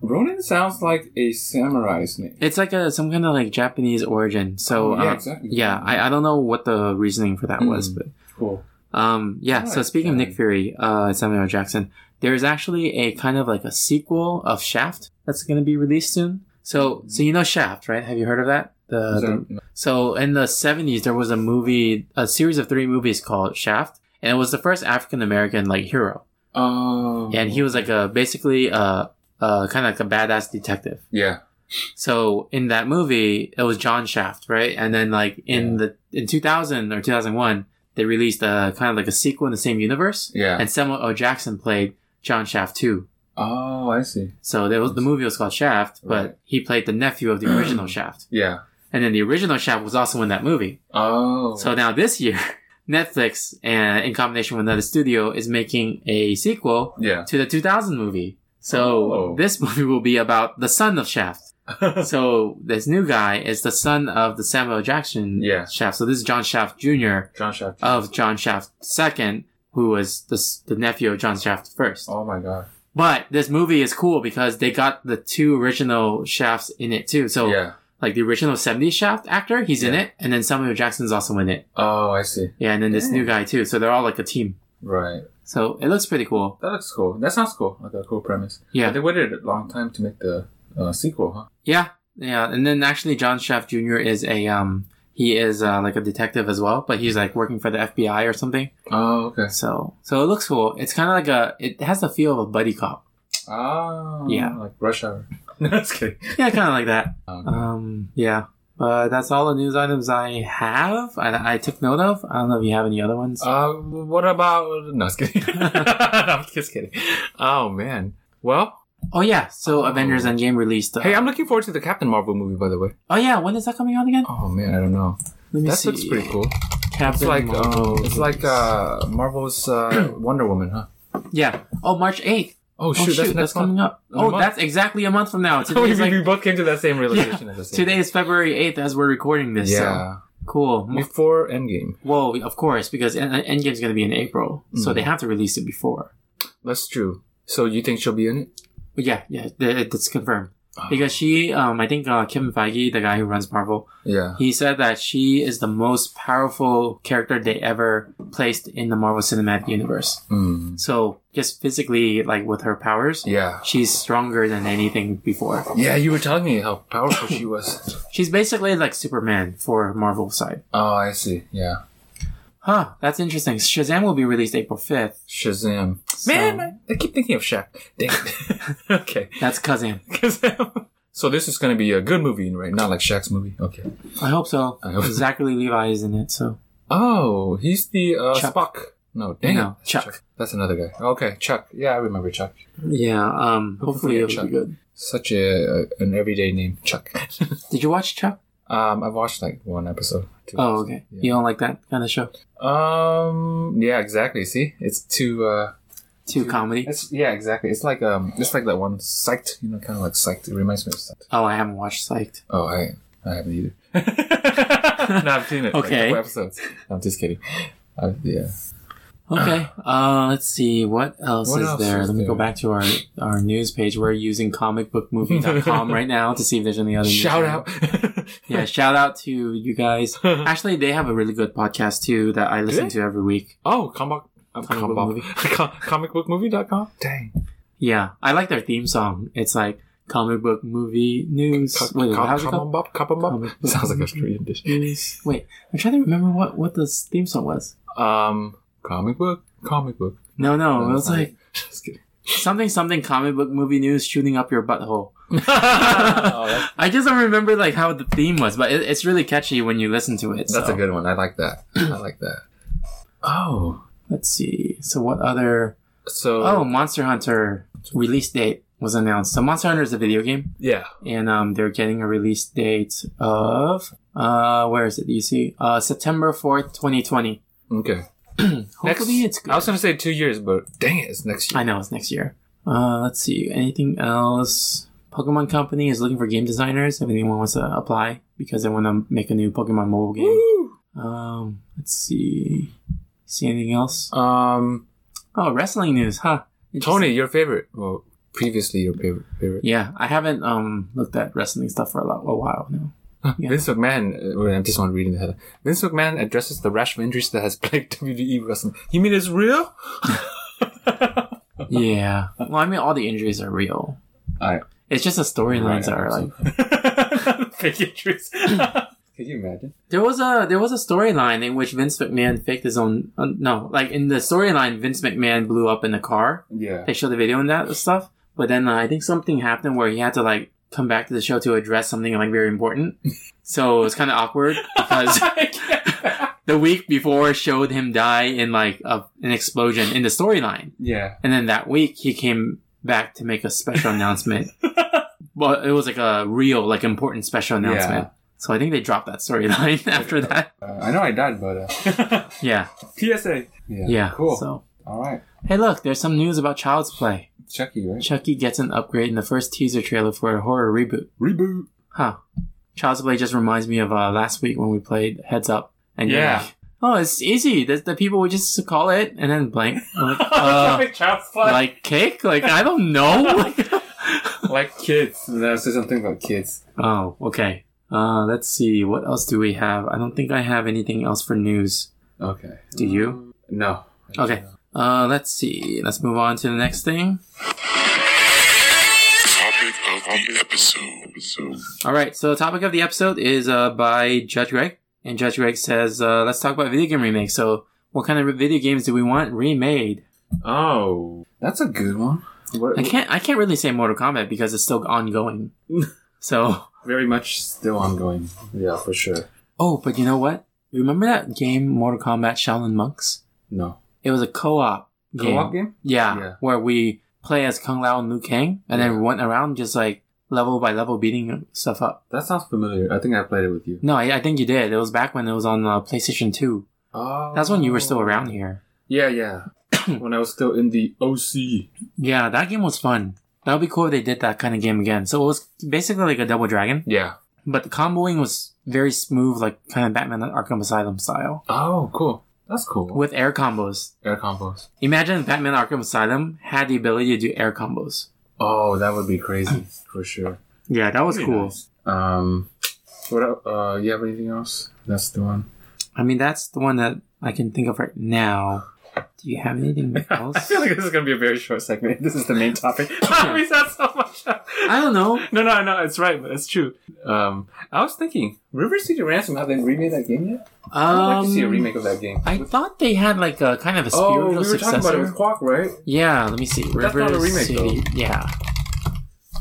Ronin sounds like a samurai's name.
It's like a some kind of like Japanese origin. So
Oh, yeah,
uh,
exactly.
yeah, I, I don't know what the reasoning for that was,
Mm.
but
Cool.
Um, yeah. So
Alright,
speaking of
then.
Nick Fury, uh, Samuel L. Jackson, there is actually a kind of like a sequel of Shaft that's going to be released soon. So, so you know Shaft, right? Have you heard of that? The,
Is
Uh, the
that-
so in the seventies there was a movie, a series of three movies called Shaft, and it was the first African American like hero,
oh.
and he was like a basically a, a kind of like a badass detective.
Yeah.
So in that movie, it was John Shaft, right? And then like in the in 2000 or 2001, they released a kind of like a sequel in the same universe,
Yeah.
and Samuel L. Jackson played John Shaft too.
oh, I see.
So there was the movie was called Shaft, but
Right.
he played the nephew of
<clears throat>
the original Shaft,
Yeah.
and then the original Shaft was also in that movie.
Oh.
So now this year, <laughs> Netflix and in combination with another studio is making a sequel
yeah.
to the 2000 movie. So
Oh.
this <laughs> movie will be about the son of Shaft so this new guy is the son of the Samuel Jackson
Yeah.
Shaft. So this is John Shaft Jr.
John Shaft.
of John Shaft II, who was the, s- the nephew of John Shaft first.
oh my god.
But this movie is cool because they got the two original Shafts in it too. So
Yeah.
like the original 70s Shaft actor, he's in
Yeah.
it, and then Samuel Jackson's also in it.
Oh, I see.
Yeah, and then this
Damn.
new guy too. So they're all like a team.
Right.
So it looks pretty cool.
That looks cool. That sounds cool. Like a cool premise.
Yeah.
But they waited a long time to make the uh, sequel, huh?
Yeah, yeah, and then actually, John Shaft Jr. is a um, he is uh, like a detective as well, but he's like working for the FBI or something.
Oh, okay.
So, so it looks cool. It's kind of like a, it has the feel of a buddy cop.
Ah.
Yeah.
Like Rush Hour. <laughs> no, just kidding.
Yeah, kind of like that.
Um,
Um, yeah, but that's all the news items I have. I, I took note of. I don't know if you have any other ones.
uh, what about? No, just kidding. <laughs> I'm just kidding. Oh man. Well,
oh yeah, so Avengers Endgame released. Uh,
hey, I'm looking forward to the Captain Marvel movie, by the way.
oh yeah, when is that coming out again?
Oh man, I don't know.
Let me
that
see.
looks pretty cool. It's
Captain
like
Marvel
um, it's like uh, Marvel's uh, <clears throat> Wonder Woman, huh?
yeah. Oh, March eighth.
Oh
Oh
shoot, that's, next
coming
month.
up.
In a
Oh,
month.
that's exactly a month from now.
<laughs> we,
Today's like,
we both came to that same
<laughs>
realization
yeah,
at the same
today is February eighth as we're recording
time.
this. So
Yeah,
cool.
before Endgame.
Well, of course, because En- Endgame's going to be in April, so
Mm.
they have to release it before.
That's true. So you think she'll be in it?
But yeah, yeah, th- it's confirmed.
Oh.
Because she, um, I think uh, Kevin Feige, the guy who runs Marvel,
Yeah.
he said that she is the most powerful character they ever placed in the Marvel Cinematic Universe.
Mm.
So just physically, like with her powers,
Yeah.
she's stronger than anything before.
Yeah, you were telling me how powerful she was.
She's basically like Superman for Marvel side.
<laughs> Oh, I see. Yeah.
Huh, that's interesting. Shazam will be released April 5th.
Shazam. Man, I, I keep thinking of Shaq. Dang it. <laughs> okay.
That's Kazam.
Kazam. So this is going to be a good movie, right? Not like Shaq's movie. Okay.
I hope so.
I hope-
Zachary Levi is in it, so.
Oh, he's the uh,
Chuck.
Spock. No, dang
No,
it.
Chuck.
That's another guy. Okay, Chuck. Yeah, I remember Chuck.
Yeah, um, hopefully
forget
it'll
Chuck.
be good.
Such a an everyday name, Chuck. <laughs>
Did you watch Chuck?
um, I've watched like one episode. two
Oh, okay.
Yeah.
You don't like that kind of show?
Um. Yeah. Exactly. See, it's too. Uh,
Too comedy?
it's yeah. Exactly. It's like um. It's like that one psyched. You know, kind of like psyched. It reminds me of psyched.
Oh, I haven't watched
<sighs>
Psyched.
Oh, I I haven't either.
<laughs>
no, I've seen it.
Okay.
Like, a couple episodes. I'm just kidding. I, yeah.
Okay. Uh, let's see. What else
What
is
else
there?
is
Let me go
there?
back to our, our news page. We're using comicbookmovie.com
<laughs>
right now to see if there's any other news
Shout
on it.
out. <laughs>
Yeah, shout out to you guys. Actually, they have a really good podcast too that I listen
they?
to every week.
Oh, comic. I'm
Comic book
comic <laughs>
movie.
comicbookmovie.com. Dang.
Yeah, I like their theme song. It's like comic book movie news.
Co-
Wait,
com-
how's it called?
comic book, comic book.
Comic book
<laughs> Sounds like a
movie.
Korean dish.
News. Wait, I'm trying to remember what what the theme song was.
Um, comic book, comic book,
No, no, it
No,
was
not
Oh, like
<laughs> Just kidding.
something, something comic book movie news shooting up your
<laughs>
butthole.
Oh, that's,
I just don't remember like how the theme was, but it, it's really catchy when you listen to it.
that's
so.
a good one. I
<clears throat>
like that. I like that. Oh,
Let's see. So what other?
so
Oh, Monster Hunter release date was announced. So Monster Hunter is a video game,
yeah,
and um, they're getting a release date of uh, where is it? Do you see? Uh, September fourth, twenty twenty.
okay.
Hopefully,
next,
it's good.
I was gonna say two years, but dang it, it's next
I
year.
know it's next year. Uh, let's see. Anything else? Pokemon Company is looking for game designers. If anyone wants to apply, because they want to make a new Pokemon mobile game. Um, let's see. See anything else?
Um,
Oh, wrestling news, huh?
Tony, your favorite? Well, previously your favorite. favorite.
Yeah, I haven't um looked at wrestling stuff for a, lot, a while now. Yeah.
Vince McMahon, uh, wait, I'm just on reading the headline. Vince McMahon addresses the rash of injuries that has <laughs> plagued WWE wrestling. You mean it's real?
yeah. uh, Well, I mean, all the injuries are real.
I
It's just the storylines that are like.
fake injuries. Could you imagine?
There was a there was a storyline in which Vince McMahon faked his own. Uh, no, like in the storyline, Vince McMahon blew up in the car. <laughs>
Yeah.
They showed the video and that stuff. But then uh, I think something happened where he had to like come back to the show to address something like very important. So it was kind of awkward because <laughs> the week before showed him die in like a, an explosion in the storyline.
yeah.
And then that week he came back to make a special announcement.
<laughs>
Well, it was like a real, like important special announcement.
Yeah.
So I think they dropped that storyline <laughs> after that.
Uh, I know I died, but
<laughs>
uh,
Yeah.
PSA. Yeah.
Yeah.
Cool.
So
All right.
Hey look, there's some news about Child's Play.
Chucky, right?
Chucky gets an upgrade in the first teaser trailer for a horror reboot. <laughs>
Reboot.
Huh. Child's Play just reminds me of uh, last week when we played Heads Up. And you're
Yeah.
like, oh, it's easy. The, the people would just call it and then blank. Like,
<laughs>
uh, like cake? Like I don't
<laughs>
know.
like kids. No, say something about kids.
Oh, okay. Uh, let's see. What else do we have? I don't think I have anything else for news.
Okay.
Do you?
No.
Okay. Uh, let's see. Let's move on to the next thing.
Topic of the episode.
All right. So the topic of the episode is uh, by Judge Greg, and Judge Greg says, uh, "Let's talk about video game remakes." So, what kind of video games do we want remade?
Oh, that's a good one. What,
I can't. I can't really say Mortal Kombat because it's still ongoing. so,
Very much still ongoing. Yeah, for sure.
oh, but you know what? Remember that game, Mortal Kombat Shaolin Monks?
No.
It was a co-op. Game.
Co-op game?
Yeah,
Yeah.
where we play as Kung Lao and Liu Kang, and then went around just like level by level beating stuff up.
That sounds familiar. I think I played it with you.
No, I, I think you did. It was back when it was on uh, PlayStation Two.
Oh.
That's when you were still around here.
Yeah, <coughs> yeah. when I was still in the OC.
Yeah, that game was fun. That would be cool if they did that kind of game again. So it was basically like a Double Dragon,
Yeah.
but the comboing was very smooth, like kind of Batman Arkham Asylum style,
Oh, cool. That's cool.
with air combos.
air combos.
Imagine if Batman Arkham Asylum had the ability to do air combos.
Oh, that would be crazy for sure.
Yeah, that was
Very
cool.
nice. Um, what? el- Uh, you have anything else? That's the one.
I mean, that's the one that I can think of right now. Do you have
<laughs>
anything else?
this is gonna be a very short segment. This is the main <coughs> topic. <laughs>
We
said so much.
I don't know.
No, no, no. It's right. It's true. Um, I was thinking, River City Ransom. Have they remade that game yet? I'd like to see a
Um,
remake of that game.
I thought they had like a kind of a
oh,
spiritual
we were
successor.
talking about it with Quark, right?
yeah, let me see.
That's
River
not a remake,
City. Yeah.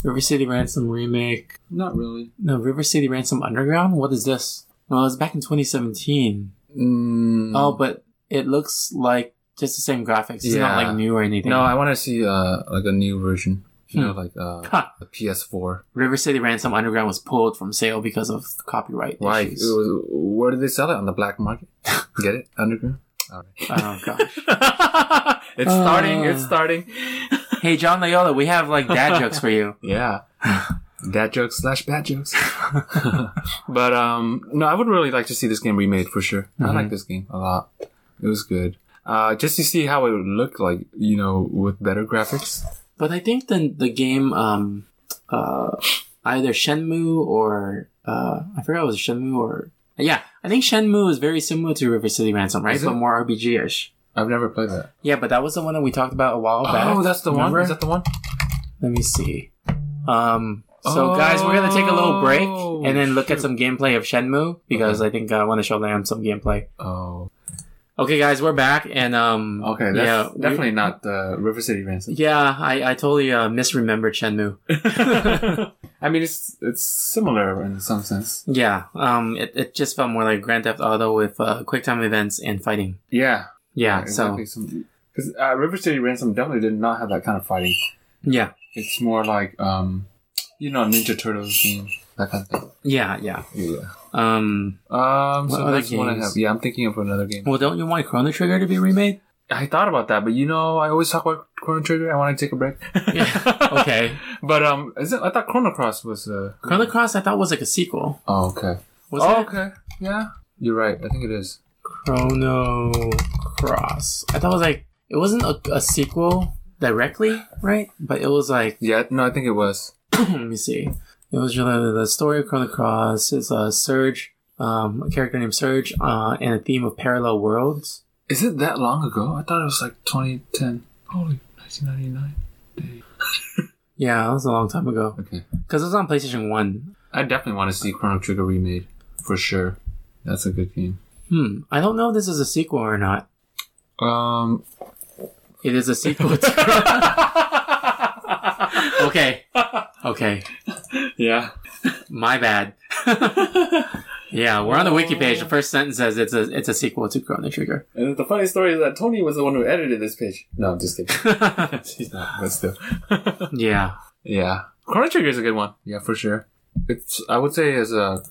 River City Ransom remake.
Not really.
No, River City Ransom Underground. What is this? Well, it's back in 2017.
Mm,
Oh, but it looks like just the same graphics. It's not
Yeah.
like new or anything.
no, I want to see uh like a new version. You know,
Hmm.
like uh,
Huh.
a PS4.
River City Ransom Underground was pulled from sale because of copyright
Why?
issues.
It was- Where did they sell it on the black market? Get it underground. All right.
Oh gosh.
it's starting. It's
Uh.
starting.
Hey, John Loyola, we have like dad jokes for you.
<laughs> Yeah. Dad jokes slash bad jokes. <laughs> but um no, I would really like to see this game remade for sure. I like this game a lot. It was good. Uh just to see how it would look like, you know, with better graphics.
<laughs> But I think the the game, um, uh, either Shenmue or uh, I forgot it was Shenmue or yeah, I think Shenmue is very similar to River City Ransom, right?
Is it?
But more RPG ish.
I've never played that.
Yeah, but that was the one that we talked about a while back.
Oh, that's the
Remember?
one. Is that the one?
Let me see. Um, so guys, we're gonna take a little break
Oh,
uh, and then look at some gameplay of Shenmue because I think I want to show them some gameplay.
Oh.
Okay, guys, we're back, and um,
Okay, that's
we-
definitely not the River City <laughs> Ransom.
yeah, I I totally uh, misremembered Shenmue.
I mean, it's it's similar in some sense.
Yeah, um, it, it just felt more like Grand Theft Auto with uh, quick time events and fighting.
Yeah.
Yeah, so
because uh, River City Ransom definitely did not have that kind of fighting.
yeah,
It's more like um, you know, Ninja Turtles and that kind of thing.
yeah, yeah.
Yeah.
Um,
Um.
What
so
other
that's one I
games?
have. Yeah, I'm thinking of another game.
well, don't you want Chrono Trigger to be remade? <laughs>
I thought about that, but you know, I always talk about Chrono Trigger. I want to take a
<laughs>
break.
Yeah. okay,
But um, is it? I thought Chrono Cross was uh.
Chrono Cross I thought was like a sequel.
Oh, okay.
Was it?
oh, okay. Yeah. You're right. I think it is.
Chrono Cross. I thought it was like it wasn't a, a sequel directly, right? But it was like
Yeah. No, I think it was.
<clears throat> let me see. It was really the story of Chrono Cross is a Surge, um, a character named Surge, uh, and a theme of parallel worlds.
Is it that long ago? I thought it was like 2010. Holy, 1999.
Yeah, that was a long time ago
Okay.
because it was on PlayStation One.
I definitely want to see Chrono Trigger remade for sure. That's a good game.
Hmm. I don't know if this is a sequel or not.
Um.
It is a sequel. <laughs> to- okay. Okay.
Yeah.
My bad. <laughs> yeah, we're on the wiki page. The first sentence says it's a it's a sequel to Chrono Trigger. <laughs>
And the funny story is that Tony was the one who edited this page. No, I'm just <laughs> kidding. She's not, but still.
Yeah.
Yeah. Chrono Trigger is a good one. Yeah, for sure. It's I would say is a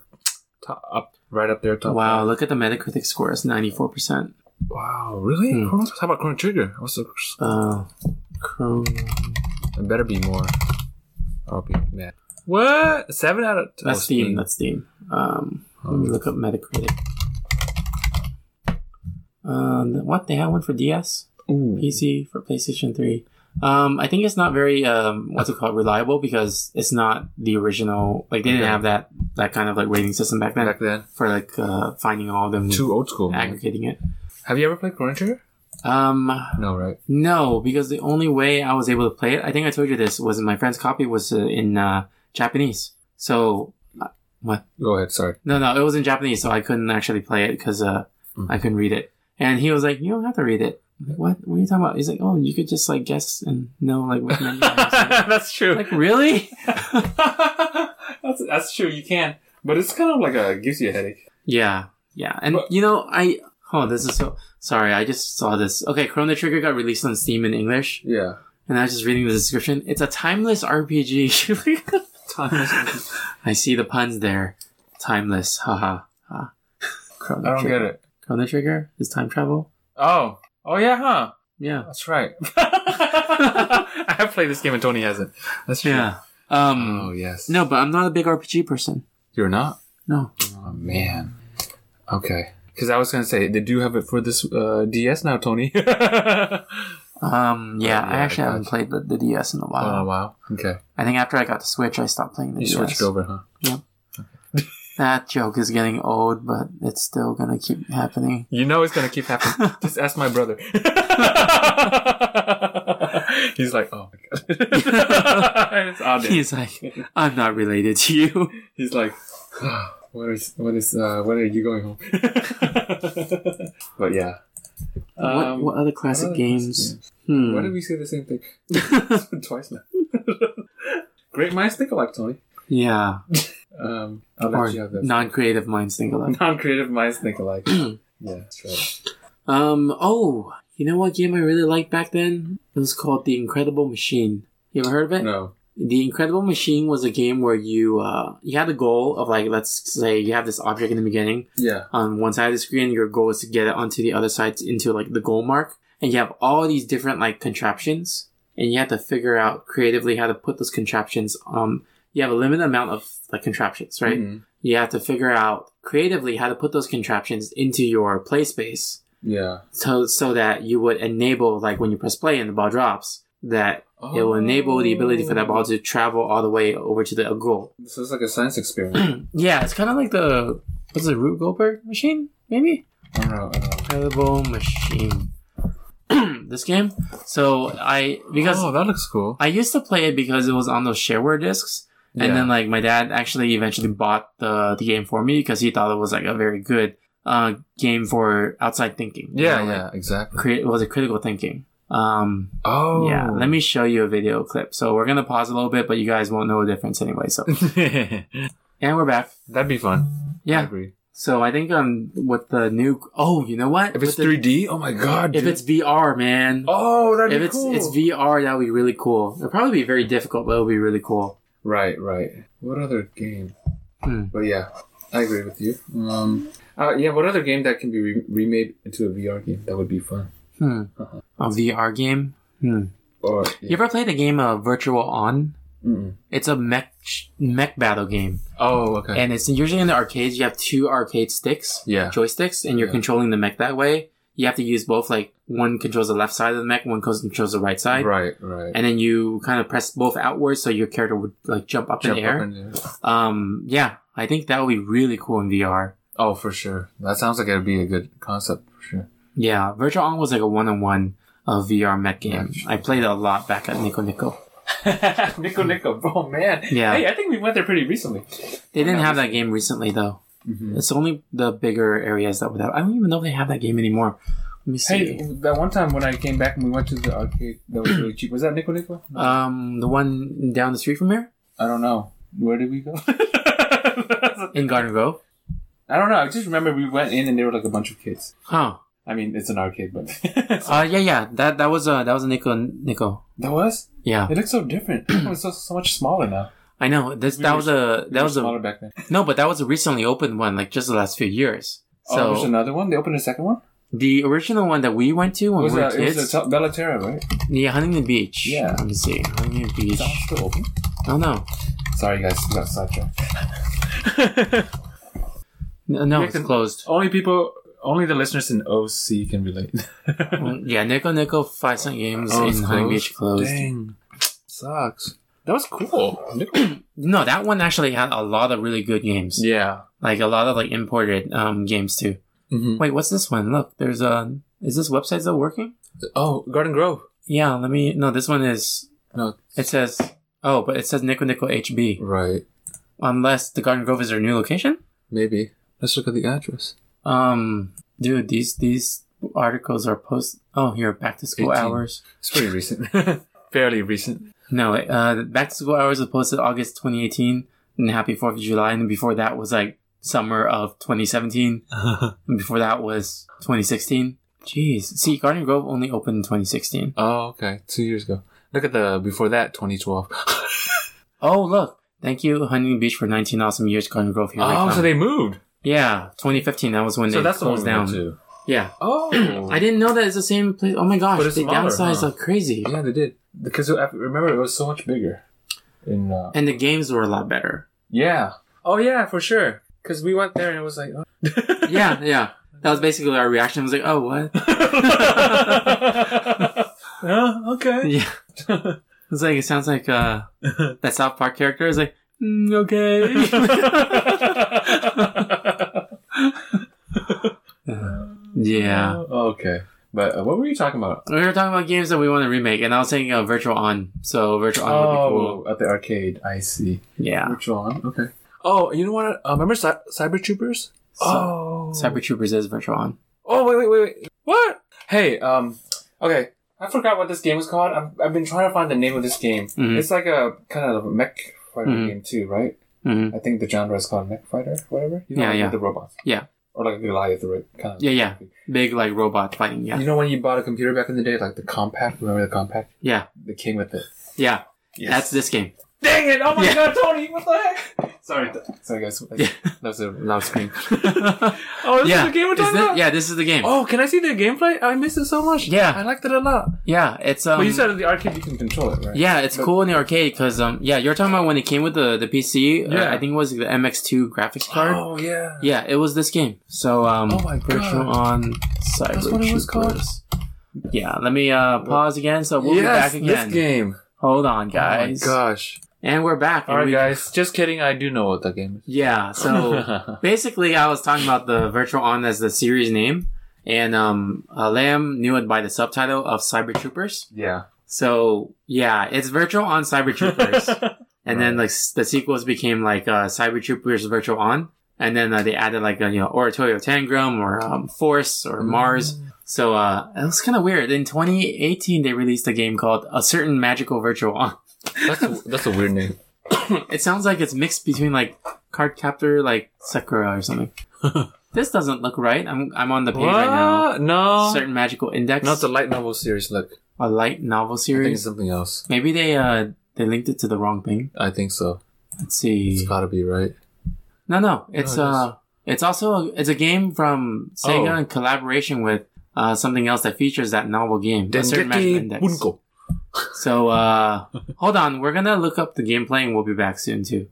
top up right up there top.
Wow. Look at the Metacritic score. It's ninety four percent.
Wow, really?
Hmm.
Chrono, how about Chrono Trigger? What's the
Uh, Chrono.
It better be more. I'll be mad. What? Seven out of oh,
That's Steam. That's Steam. Um, let me look up Metacritic. Um, what they have one for DS,
Ooh.
PC, for PlayStation Three. Um, I think it's not very um, what's it called reliable because it's not the original. Like they didn't have that that kind of like rating system back then
Back then,
for like uh, finding all of them,
too old school. man.
aggregating it.
Have you ever played Chrono Trigger?
Um,
No, right?
no, because the only way I was able to play it, I think I told you this, was my friend's copy was uh, in uh, Japanese. So
Go ahead. Sorry.
No, no, it was in Japanese, so I couldn't actually play it because uh,
Mm.
I couldn't read it. And he was like, "You don't have to read it." I'm like, what? What are you talking about? He's like, "Oh, you could just like guess and know like what menu." I'm
<laughs> that's true.
like really?
<laughs> that's that's true. You can, but it's kind of like a gives you a headache.
Yeah, yeah. And
But-
you know, I oh, this is so sorry. I just saw this. Okay, Chrono Trigger got released on Steam in English,
Yeah.
and I was just reading the description. It's a timeless <laughs> RPG.
<laughs> Timeless.
I see the puns there. Timeless, haha. Ha. Chrono
I don't
Trigger.
get it.
Chrono Trigger is time travel.
Oh. Oh yeah, huh?
Yeah.
That's right. <laughs> I have played this game and Tony hasn't. That's true.
Yeah. Um.
Oh yes.
No, but I'm not a big RPG person.
you're not.
No.
Oh man. Okay. Because I was gonna say they do have it for this uh, DS now, Tony. <laughs> oh
Um, yeah, Um,
Oh, yeah,
I actually
I
haven't
gotcha.
played the, the DS in a while.
Oh, wow. Okay.
I think after I got the Switch, I stopped playing the
You
DS.
switched over, huh?
That joke is getting old, but it's still gonna keep happening.
You know it's gonna keep <laughs> happening. Just ask my brother. He's like, oh my god. <laughs> it's all
<laughs>
day.
He's like, I'm not related to you.
He's like, <sighs> what is what is uh, when are you going
<laughs>
home? but yeah.
<laughs>
Um,
what, Um, what other classic
other
games?
games?
Hmm.
Why did we say the same thing <laughs> twice now? Great minds think alike, Tony.
yeah,
Um, I'll
or
let you have <laughs> that.
non-creative minds think alike.
Non-creative minds
<clears throat>
think alike. yeah, that's right.
Um, oh, you know what game I really liked back then? It was called The Incredible Machine. You ever heard of it?
No.
The Incredible Machine was a game where you uh, you had a goal of like let's say you have this object in the beginning
Yeah.
on one side of the screen. Your goal is to get it onto the other side to- into like the goal mark, and you have all these different like contraptions, and you have to figure out creatively how to put those contraptions. Um, you have a limited amount of like contraptions, right?
Mhm.
You have to figure out creatively how to put those contraptions into your play space,
Yeah.
so so that you would enable like when you press play and the ball drops that it will enable the ability for that ball to travel all the way over to the goal.
This is like a science
<clears throat>
experiment.
Yeah, it's kind of like the what's it, Root Goldberg machine, maybe
I don't know. I don't know.
incredible machine. <clears throat> this game, so I because
oh, that looks cool.
I used to play it because it was on those shareware discs, and
Yeah.
then like my dad actually eventually bought the the game for me because he thought it was like a very good uh, game for outside thinking. You
Yeah,
know,
yeah,
like,
exactly.
Crea- was it critical thinking? Um,
Oh,
yeah. Let me show you a video clip. So we're gonna pause a little bit, but you guys won't know the difference anyway.
<laughs>
So and we're back.
Oh. That'd be fun. I
Yeah.
agree.
So I think um with the new oh you know what
If it's
With the-
3D, oh my god.
if
dude.
it's VR man
oh, that'd
if
be
it's
cool.
it's VR that would be really cool. It'll probably be very difficult, but it'll be really cool.
Right, right. What other game?
Hmm.
But yeah, I agree with you. Um, uh, yeah, what other game that can be re- remade into a VR game? That would be fun.
Hmm. A VR game. Hmm.
Or
You ever played the game of Virtual On?
Mm-mm.
It's a mech mech battle game,
Oh, okay.
and it's usually in the arcades. You have two arcade sticks,
Yeah.
joysticks, and you're
Yeah.
controlling the mech that way. You have to use both. Like one controls the left side of the mech, one controls the right side,
right, right.
and then you kind of press both outwards, so your character would like jump up
Jump
in the air.
up in the air.
um, yeah, I think that would be really cool in VR.
Oh, for sure. That sounds like it'd be a good concept for sure.
Yeah, Virtual On was like a one-on-one of VR mech game. I played it a lot back at Nico Nico.
<laughs> Nico Nico, oh man.
Yeah.
Hey, I think we went there pretty recently.
They didn't have that game recently though.
Mm-hmm.
It's only the bigger areas that would have. I don't even know if they have that game anymore. Let me see.
Hey, that one time when I came back and we went to the arcade that was really cheap. Was that Nico Nico? No.
Um, the one down the street from here
I don't know. Where did we go? <laughs> I
in Garden Grove.
don't know. I just remember we went in and there were like a bunch of kids.
Huh.
I mean, it's an arcade, but <laughs>
Uh, yeah, yeah. That that was uh that was a Nico Nico.
that was.
Yeah,
It looks so different. <clears throat> it's so, so much smaller now.
I know. This
We
that
were-
was a
It
that was
smaller
a
back then.
no, but that was a recently opened one, like just the last few years.
oh, there's
So
another one. They opened a second one.
the original one that we went to
It
when
was,
we were
uh, it
kids,
was a Bellaterra, right?
yeah, Huntington Beach.
Yeah.
let me see, Huntington
Is
Beach.
that one still open?
Oh no,
Sorry, guys, we got sidetracked.
no, no
You
it's
can-
closed.
Only people, only the listeners in OC can relate.
Mm, Yeah, Nico Nico Five Cent Games
<laughs> Oh,
in
it's
Huntington
closed?
Beach closed.
Dang, sucks. That was cool.
No, that one actually had a lot of really good games.
yeah.
Like a lot of like imported um games too.
Mhm.
Wait, what's this one? Look, there's a. Is this website still working?
Oh, Garden Grove.
Yeah, let me. No, this one is.
No.
It says. Oh, but it says Nico Nico HB.
Right.
Unless the Garden Grove is their new location.
Maybe. Let's look at the address.
Um, dude, these these articles are post. Oh, here, back to school
18.
hours.
It's pretty recent. <laughs> Fairly recent.
No, uh, back to school hours was posted August 2018, and Happy Fourth of July, and before that was like summer of 2017,
Uh-huh.
and before that was 2016. Jeez, see, Garden Grove only opened in 2016.
Oh, okay. Two years ago. Look at the before that, <laughs> 2012. oh,
Oh, look, thank you, Huntington Beach, for 19 awesome years, Garden Grove. Here come.
Oh, so they moved.
yeah, 2015. That was when
So
they
that's the one
closed
we went
down.
to.
Yeah,
Oh, <clears throat>
I didn't know that it's the same place. Oh my gosh,
But it's
they
smaller,
downsized
huh?
like crazy,
Yeah, they did because I remember it was so much bigger. In uh,
and the games were a lot better.
yeah. Oh yeah, for sure. Because we went there and it was <laughs> like. oh.
yeah, yeah. That was basically our reaction. It was like, oh, what?
oh, okay. <laughs>
Yeah. It's like it sounds like uh that South Park character is like, mm,
<laughs>
okay. yeah.
Oh, okay. But uh, what were you talking about?
We were talking about games that we want to remake, and I was saying uh, Virtual On. So Virtual
Oh,
On would be cool.
at the arcade. I see.
Yeah.
Virtual on. Okay. Oh, you know what? Uh, remember Cy- Cyber Troopers? oh.
Cyber Troopers is Virtual On.
Oh wait wait wait wait. What? Hey um. Okay. I forgot what this game was called. I've, I've been trying to find the name of this game.
Mhm.
It's like a kind of a mech fighter
Mhm.
game too, right?
Mhm.
I think the genre is called mech fighter, whatever. You
Yeah,
like
yeah.
With the robots.
Yeah.
Or like a Goliath, right? Kind of.
Yeah, yeah. Big like robot fighting. Yeah.
You know when you bought a computer back in the day, like the compact. Remember the compact?
Yeah.
It came with it.
Yeah.
Yes.
That's this
<laughs>
game.
Dang it! Oh my
Yeah.
god, Tony, what the heck? Sorry, th- sorry guys. That was a loud scream. oh,
<laughs>
this
yeah.
is the game we're
Is
talking
thi-
about.
Yeah, this is the game.
Oh, can I see the gameplay? I missed it so much.
Yeah.
I liked it a lot.
Yeah, it's um
but you said in the arcade you can control it, right?
Yeah, it's cool in the arcade because um, yeah, you're talking about when it came with the the PC. uh,
Yeah.
I think it was the MX2 graphics card.
Oh yeah.
Yeah, it was this game. So um,
Oh my God.
Virtual on Cyber
That's what it was called?
Troopers. Yeah, let me uh pause again. So we'll
yes,
be back again.
this game.
Hold on,
Oh
guys.
my gosh.
And we're back.
All
and
right,
we-
guys. Just kidding. I do know what that game is.
Yeah.
<laughs>
So basically, I was talking about the Virtual on as the series name, and um, uh, Lam knew it by the subtitle of Cyber Troopers.
<laughs> Yeah.
So yeah, it's Virtual on
<laughs>
Cyber Troopers. and then like s- the sequels became like uh, Cyber Troopers Virtual On, and then uh, they added like uh, you know Oratorio Tangram or um, Force
Mm.
or Mars. So uh, it was kind of weird. In 2018, they released a game called A Certain Magical Virtual. On. <laughs>
That's a, that's a weird name.
It sounds like it's mixed between like card captor, like Sakura or
<laughs>
something. this doesn't look right. I'm I'm on the page right now.
No.
Certain magical index.
No, it's a light novel series. Look,
a light novel
I think it's
series.
something else.
Maybe they uh they linked it to the wrong thing.
I think so.
Let's
It's
see.
gotta be right.
No, no, it's
No, it is.
uh it's also a, it's a game from Sega
Oh.
in collaboration with uh something else that features that novel game. A certain magical index.
Bunko.
So uh <laughs> hold on, we're gonna look up the gameplay and we'll be back soon too.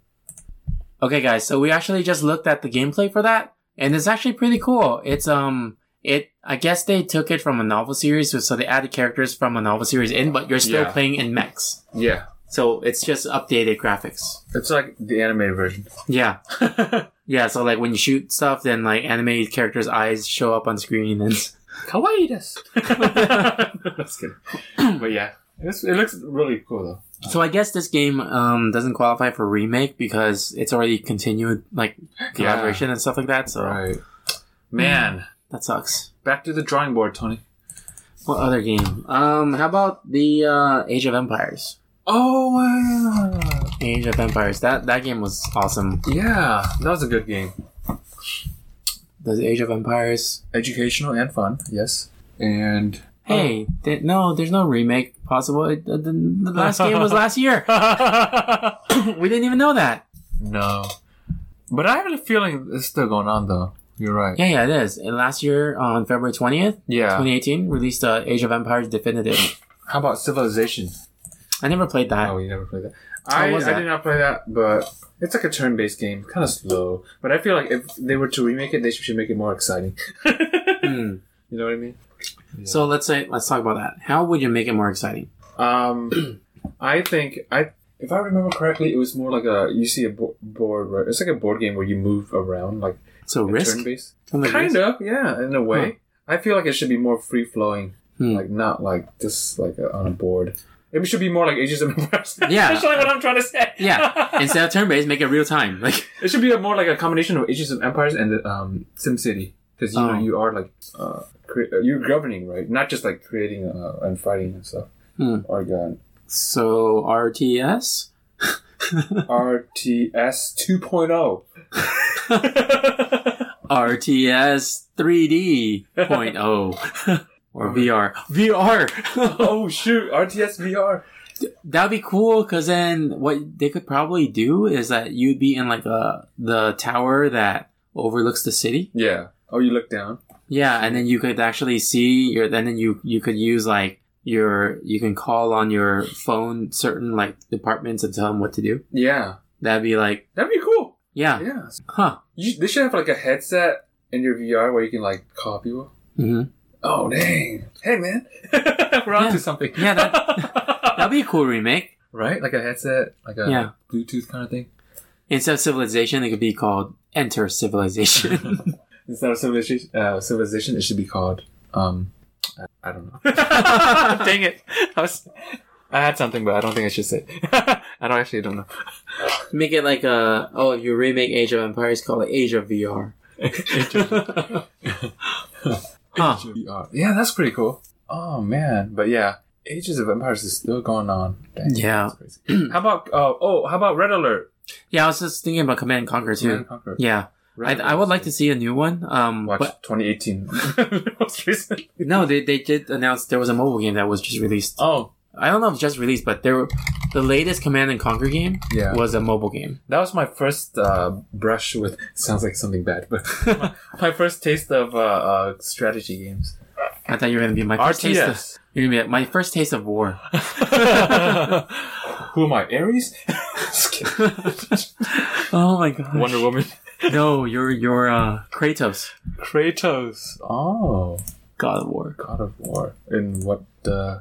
Okay guys, so we actually just looked at the gameplay for that, and it's actually pretty cool. It's um it I guess they took it from a novel series, so- so they added characters from a novel series in, but you're still
Yeah.
playing in mechs.
Yeah,
So it's just updated graphics.
it's like the anime version.
<laughs> Yeah. yeah, so like when you shoot stuff then like animated characters' eyes show up on screen <laughs> and
Kawaii desu. <laughs> That's good. But yeah, it's, it looks really cool though.
So I guess this game um, doesn't qualify for remake because it's already continued like collaboration and stuff like that. So
man,
that sucks.
back to the drawing board, Tony.
What other game? Um, how about the uh, Age of Empires?
Oh uh,
Age of Empires. That that game was awesome.
yeah, that was a good game.
The Age of Empires.
Educational and fun, yes. <laughs> And
Hey, th- no, there's no remake possible. It- uh, the, the, the last game was last <laughs> year. we didn't even know that.
no, but I have a feeling it's still going on though. You're right.
Yeah, yeah, it is. And last year on February twentieth,
Yeah.
twenty eighteen, released uh, Age of Empires
<laughs>
Definitive.
How about Civilization?
I never played that.
Oh, you never played that. I,
was that?
I did not play that, but it's like a turn-based game, kind of slow. But I feel like if they were to remake it, they should make it more exciting. <laughs>
Hmm.
You know what I mean?
So let's say let's talk about that. How would you make it more exciting?
Um, <clears throat> I think I, if I remember correctly, it was more like a you see a bo- board. Right? It's like a board game where you move around, like
So risk,
turn-based.
Something like
Kind
risk?
of, yeah, in a way. I feel like it should be more free-flowing,
Hmm.
like not like just like a, on a board. It should be more like Ages of Empires. <laughs>
Yeah.
that's like what I'm trying to say.
<laughs>
<laughs>
Yeah. Instead of turn-based, make it real time. Like
It should be a more like a combination of Ages of Empires and um, SimCity, because you
Oh.
know you are like uh, cre- uh, you're governing, right? Not just like creating uh, and fighting and stuff. Oh
Hmm.
Or gun
so, RTS.
RTS <laughs> 2.0.
RTS
<laughs>
3D.0 oh. or VR. VR.
Oh shoot, RTS VR.
That'd be cool because then what they could probably do is that you'd be in like a the tower that overlooks the city.
Yeah. Oh, you look down.
Yeah, and then you could actually see your. And then you you could use like your you can call on your phone certain like departments and tell them what to do.
Yeah,
That'd be like
that'd be cool.
yeah,
Yeah.
huh?
You, they should have like a headset in your VR where you can like call people.
hmm
Oh dang! Hey man, <laughs> we're
Yeah.
onto something.
Yeah, That'd be a cool remake.
right? Like a headset, like a
Yeah.
Bluetooth kind of thing.
Instead of civilization, it could be called Enter Civilization.
Instead of civilization, uh, civilization, it should be called. Um, I, I don't know. <laughs> Dang it! I was. I had something, but I don't think I should say. <laughs> I don't actually don't know.
Make it like a oh, if you remake Age of Empires, call it Age of VR. Huh.
<laughs> Yeah, that's pretty cool. Oh man, but yeah, Ages of Empires is still going on. Dang,
Yeah.
that's crazy. <clears throat> how about uh, oh, how about Red Alert?
Yeah, I was just thinking about Command and Conquer too.
Command and Conquer.
Yeah, I,
Red
I would
Alert.
like to see a new one. Um,
watch
but
2018. <laughs> Most recent.
no, they they did announce there was a mobile game that was just released.
Oh,
I don't know if it's just released, but there were the latest Command and Conquer game
Yeah.
was a mobile game.
That was my first uh, brush with. Sounds like something bad, but <laughs> my, my first taste of uh, uh, strategy games.
I thought you were gonna be my first taste. Of,
RTS.
you're gonna be like, my first taste of war.
<laughs> Who am I, Ares? Just kidding.
<laughs> oh my god,
Wonder Woman,
No, you're you're uh, Kratos,
Kratos. Oh,
God of War
God of War. In what? Uh...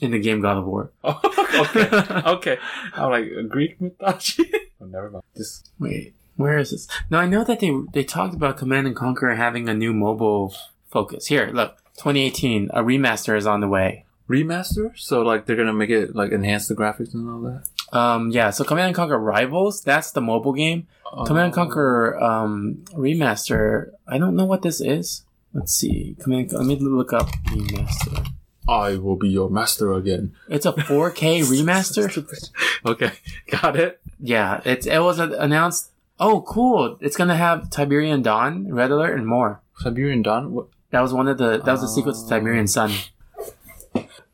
in the game God of War.
Oh, <laughs> okay, okay. I'm like Greek mythology. <laughs> oh, never mind. Just
Wait, where is this? No, I know that they they talked about Command and Conquer having a new mobile focus. Here, look, 2018, a remaster is on the way.
remaster, so like they're gonna make it like enhance the graphics and all that.
Um, yeah, so Command and Conquer Rivals, that's the mobile game. Command and Conquer um, Remaster, I don't know what this is. Let's see. Command, let me look up Remaster.
I will be your master again.
It's a 4K remaster.
Okay, <laughs> got it.
Yeah, it's it was announced. Oh, cool! It's gonna have Tiberian Dawn, Red Alert, and more.
Siberian Dawn. What?
That was one of the that was the sequel to Tiberian Sun.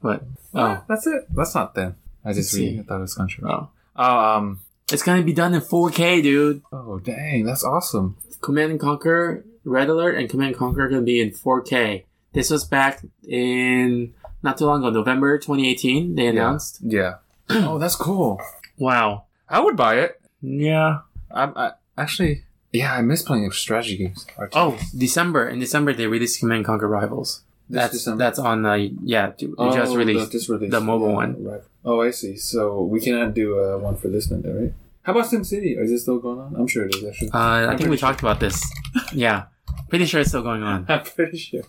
But oh,
That's it. That's not them. I
Let's
just
see.
read. I thought it was country.
oh,
Oh, um.
it's gonna be done in 4K, dude.
Oh, dang, that's awesome.
Command and Conquer, Red Alert, and Command and Conquer are gonna be in 4K. This was back in not too long ago, November 2018. They announced. <clears throat>
Yeah. oh, that's cool.
Wow.
I would buy it.
Yeah.
I'm I, actually. Yeah, I miss playing strategy games.
Oh, December. In December, they released Command and Conquer Rivals.
This
that's
December?
that's on the yeah. They
Oh,
just released
just released.
the mobile
Yeah,
one.
Right. Oh, I see. So we cannot do uh, one for this Nintendo, right? How about SimCity? Is it still going on? I'm sure it is. Actually,
Uh, I
I'm
think we
pretty sure-
talked about this. Yeah, pretty sure it's still going on.
<laughs> I'm pretty sure.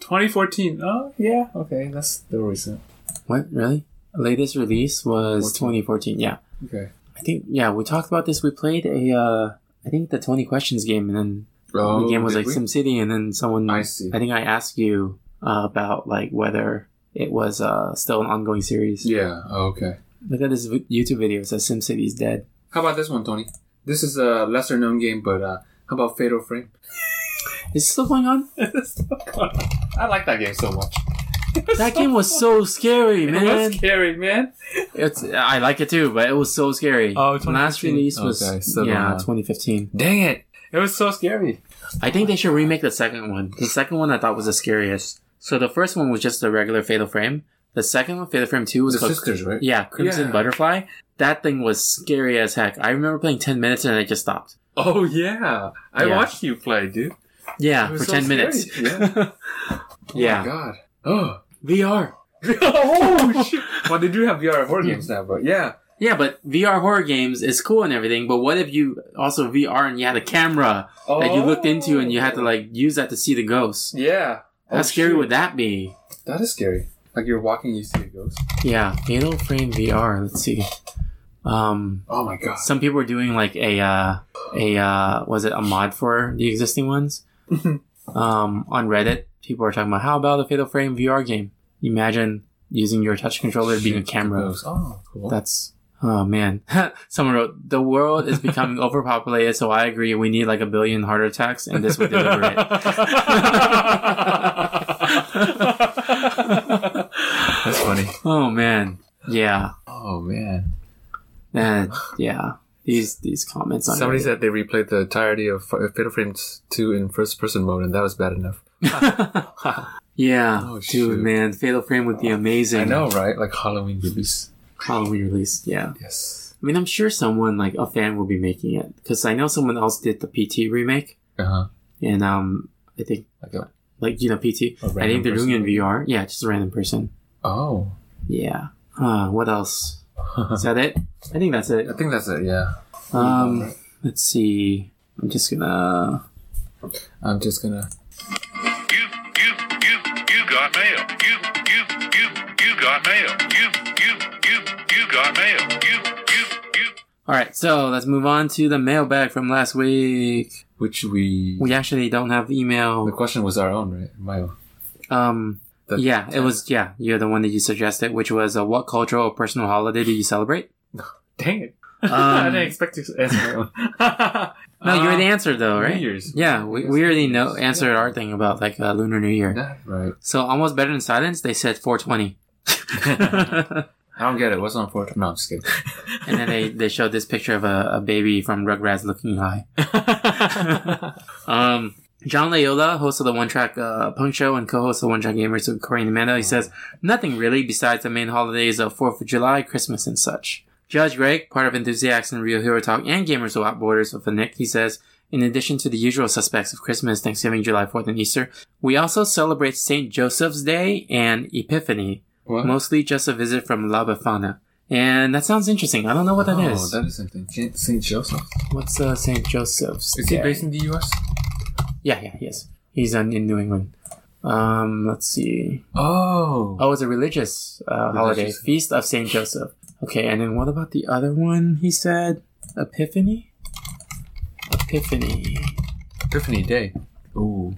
2014. Oh, yeah. Okay, that's still recent.
What really? Latest release was 2014. Yeah,
Okay.
I think yeah we talked about this. We played a uh, I think the 20 questions game, and then the game was like SimCity, and then someone
Oh, I see.
I think I asked you uh, about like whether it was uh, still an ongoing series.
Yeah. Oh, okay.
Look at this vi- YouTube video. It says SimCity's dead.
How about this one, Tony? This is a lesser known game, but uh, how about Fatal <laughs> Frame?
Is it still going on?
I like that game so much.
That game was so scary, man.
That's scary, man.
It's I like it too, but it was so scary.
Oh,
last
2015.
release was
Okay, so
yeah,
then, uh,
2015.
Dang it. It was so scary.
I think they should remake the second one. The second one I thought was the scariest. So the first one was just the regular Fatal Frame. The second one, Fatal Frame Two, was
The
called
sisters, right?
yeah Crimson
Yeah.
Butterfly. That thing was scary as heck. I remember playing ten minutes and I just stopped.
Oh, yeah. I
Yeah.
watched you play, dude.
Yeah,
It
for
was so
ten
scary.
minutes.
Yeah.
<laughs> yeah,
God. Oh.
VR.
<laughs> oh, shit. Well, they do have VR horror games now, but yeah.
Yeah, but VR horror games is cool and everything. But what if you also VR and you had a camera that you looked into and you had to like use that to see the ghosts?
Yeah.
How
Oh,
scary
shoot.
would that be?
That is scary. Like you're walking, you see a ghost.
Yeah, Fatal Frame VR. Let's see. Um,
Oh my god.
some people are doing like a uh, a uh, was it a mod for the existing ones?
Mm-hmm.
um, on Reddit, people are talking about how about a Fatal Frame VR game? Imagine using your touch controller being a camera.
Ghost. Oh, cool.
That's oh man. <laughs> Someone wrote the world is
<laughs>
becoming overpopulated, so I agree. We need like a billion heart attacks, and this would deliver
<laughs>
it.
That's funny.
Oh man, yeah,
Oh man.
and yeah. These these comments on
Somebody
Reddit.
said they replayed the entirety of F- Fatal Frames 2 in first person mode, and that was bad enough.
Yeah,
Oh,
dude,
shoot.
man, Fatal Frame would be amazing.
I know, right? Like Halloween release.
Halloween release. Yeah,
Yes.
I mean, I'm sure someone like a fan will be making it because I know someone else did the PT remake,
Uh huh.
and um, I think
Like a,
like you know PT.
A
I think
random
they're doing it in
person.
VR. Yeah, just a random person.
oh.
Yeah. Uh, what
<laughs>
else? Is that it? I think that's it.
I think that's it. Yeah.
Um, let's see. I'm just gonna.
I'm just gonna.
You, you, you, you got mail. You, you, you, you got mail. You, you, you, you got mail. You, you, you.
All right, so let's move on to the mailbag from last week.
Which we.
We actually don't have
The
email.
question was our own, right? My own.
Um,
The-
yeah, it was. Yeah, you're the one that you suggested, which was uh, what cultural or personal holiday do you
<laughs>
celebrate?
Dang it.
Um,
<laughs> I didn't expect <laughs> to answer that one.
No, you already answered though,
Uh, New
right?
Year's.
Yeah, we, we already know answered our thing about like uh, Lunar New Year.
Yeah, right.
So almost better than silence. They said 420,
<laughs> I don't get it. What's on 420? No, I'm <laughs> just kidding.
and then they, they showed this picture of a, a baby from Rugrats looking high. Um, John Layola, host of the One Track uh, Punk Show and co-host of One Track Gamers with Corey and Amanda, he says nothing really besides the main holidays of Fourth of July, Christmas, and such. Judge Greg, part of Enthusiasts and Real Hero Talk and Gamers Without Borders with the Nick, he says, in addition to the usual suspects of Christmas, Thanksgiving, July 4th, and Easter, we also celebrate St. Joseph's Day and Epiphany,
What?
mostly just a visit from La Befana. And that sounds interesting. I don't know what that
oh,
is.
that is something. St. St. Joseph.
What's uh, St. Joseph's
Is
Day?
he based in the U.S.?
Yeah, yeah, he is. He's on, in New England. Um, let's see.
Oh.
Oh, it's a religious, uh, holiday,
Religious.
feast of Saint Joseph. Okay, and then what about the other one? He said Epiphany. Epiphany.
Epiphany Day. Ooh.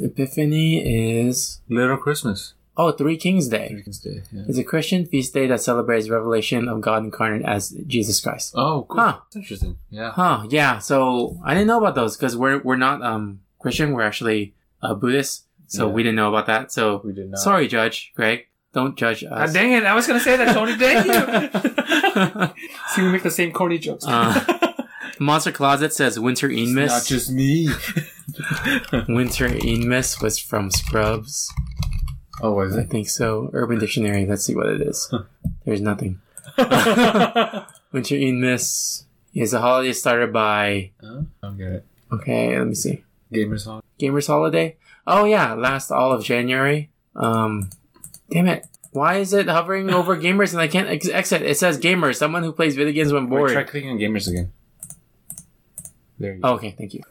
Epiphany is
Little Christmas.
oh Three Kings Day.
Christmas Day. Yeah.
It's a Christian feast day that celebrates revelation of God incarnate as Jesus Christ.
Oh, cool.
Huh.
That's interesting. Yeah.
Huh? Yeah. So I didn't know about those because we're we're not um Christian. We're actually uh, Buddhist. So
Yeah.
we didn't know about that. So
We did not.
Sorry, Judge Greg. Don't judge
Ah,
us.
dang it. I was going to say that, Tony. Dang <laughs> you. <laughs> See, we make the same corny jokes. <laughs>
Uh, <laughs> Monster Closet says Winter Enmis.
Not just <laughs> me.
Winter Enmis was from Scrubs.
oh, was <laughs>
I think so. Urban Dictionary. Let's see what it is. There's nothing. Winter Enmis is a holiday started by.
Huh? I don't get it.
Okay, let me see.
Gamers Hall.
Gamers Holiday. Oh yeah, last all of January. Um, damn it. Why is it hovering over
<laughs>
gamers and I can't ex- exit? It says gamers, someone who plays video games when bored.
Wait, try clicking on Gamers again. There you go.
Oh, okay, thank you. <laughs>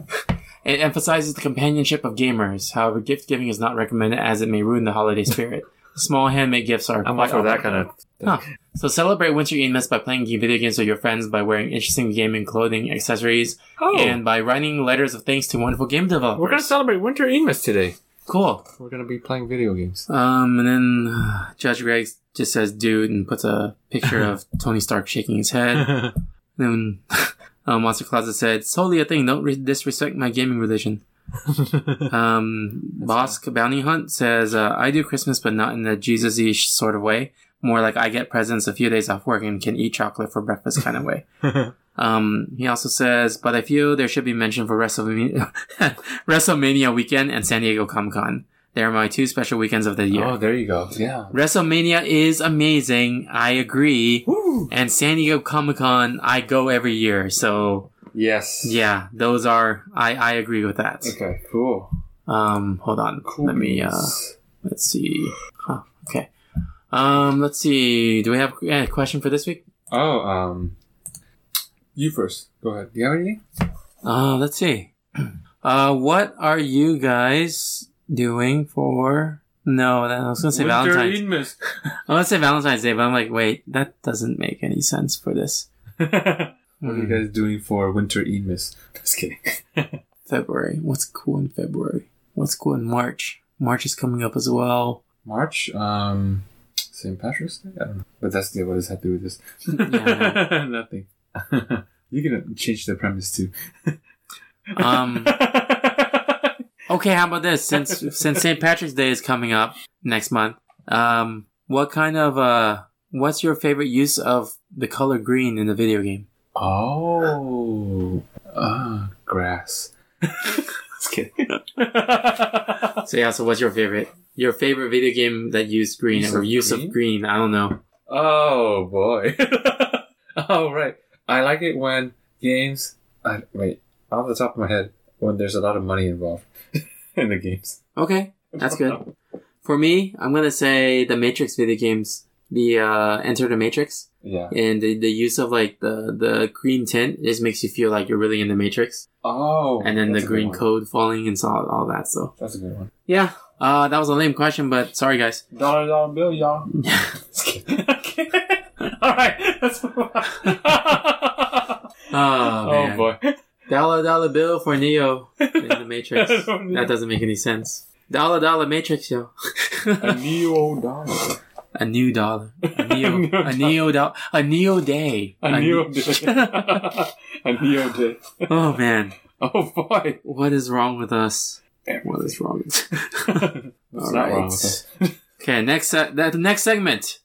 It emphasizes the companionship of gamers. However, gift giving is not recommended as it may ruin the
<laughs>
holiday spirit. Small handmade gifts are.
I'm
quite
all for that
often-
kind of.
Huh. So celebrate Winter Emus by playing game- video games with your friends, by wearing interesting gaming clothing, accessories,
Oh.
and by writing letters of thanks to wonderful game developers.
We're going to celebrate Winter Emus today.
cool.
We're going to be playing video <laughs> games.
Um, and then uh, Judge Greg just says "dude" and puts a picture of Tony Stark shaking his
<laughs>
head. then uh, Monster Closet said, "Solely a thing. Don't re- disrespect my gaming religion." um, Bosk Bounty Hunt says, uh, "I do Christmas, but not in a Jesus-y sh- sort of way. More like I get presents, a few days off work, and can eat chocolate for breakfast kind of way." Um, he also says, but I feel there should be mention for WrestleMania, <laughs> WrestleMania weekend and San Diego Comic Con. They are my two special weekends of the year.
Oh, there you go. Yeah.
WrestleMania is amazing. I agree. And San Diego Comic Con, I go every year. So
Yes.
yeah, those are, I, I agree with that.
Okay, cool.
Um, hold on.
Cool.
Let me, uh,
beans.
let's see. Huh, okay. Um, let's see. Do we have a question for this week?
Oh, um. You first. Go ahead. Do you have anything?
Uh, let's see. <clears throat> Uh, what are you guys doing for? No, that, I was gonna say Valentine's. I was gonna say Valentine's Day, but I'm like, wait, that doesn't make any sense for this
<laughs> What are you guys doing for Winter Emus? Just kidding.
February. What's cool in February? What's cool in March? March is coming up as well.
March, um, St. Patrick's Day? I don't know. But that's the, what does that have to do with this?
Yeah.
<laughs> Nothing. you can change the premise too.
Um, <laughs>
Hmm. <laughs>
okay, how about this? Since since St. Patrick's Day is coming up next month, um, what kind of uh, what's your favorite use of the color green in the video game?
Oh. Ah,
<laughs>
grass. Just kidding.
So yeah, so what's your favorite? Your favorite video game that used green
Use
or
of
use
green?
of green? I don't know.
Oh boy. <laughs> All right. I like it when games. I, wait, off the top of my head, when there's a lot of money involved <laughs> in the games.
Okay, that's
<laughs>
good. For me, I'm gonna say the Matrix video games, the uh, Enter the Matrix,
Yeah.
and the, the use of like the the green tint just makes you feel like you're really in the Matrix,
Oh.
and then the
that's a good
green
one.
code falling and all, all that. So
That's a good one.
yeah, uh, that was a lame question, but sorry
<laughs>
guys.
Dollar dollar bill, y'all. Just
<laughs>
kidding. All right. Let's move on. <laughs> oh,
Oh, man.
boy.
Dollar dollar bill for Neo in
<laughs>
the Matrix. that doesn't make any sense. Dollar dollar Matrix, yo. <laughs>
A neo dollar.
A new dollar. A
<laughs> A
neo,
new
a neo dollar. A neo day.
A neo
ne-
<laughs> day. a neo day.
<laughs> oh man,
Oh boy.
what is wrong with us?
<laughs>
What is wrong? With-
What's
All
not
right.
wrong with us?
<laughs> okay, next se- that the next segment.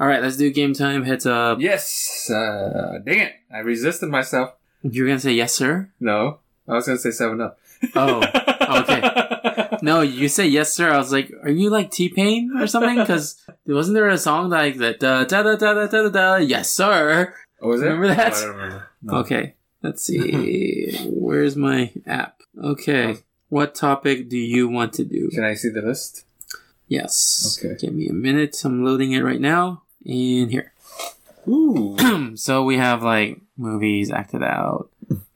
All right, let's do game time. Heads up.
Yes. Uh, dang it. I resisted myself.
You're gonna say yes, sir.
No. I was going to say 7 Up.
<laughs> Oh,
<laughs>
okay. No, you say yes, sir. I was like, are you like T Pain or something? Because wasn't there a song like that? Da da da da da da da. Yes, sir.
Oh, was it?
Remember that?
Oh, I don't remember.
Okay, let's see. Where's my app? Okay, what topic do you want to do?
Can I see the list?
Yes.
Okay.
Give me a minute. I'm loading it right now. And here.
Ooh.
so we have like movies acted out,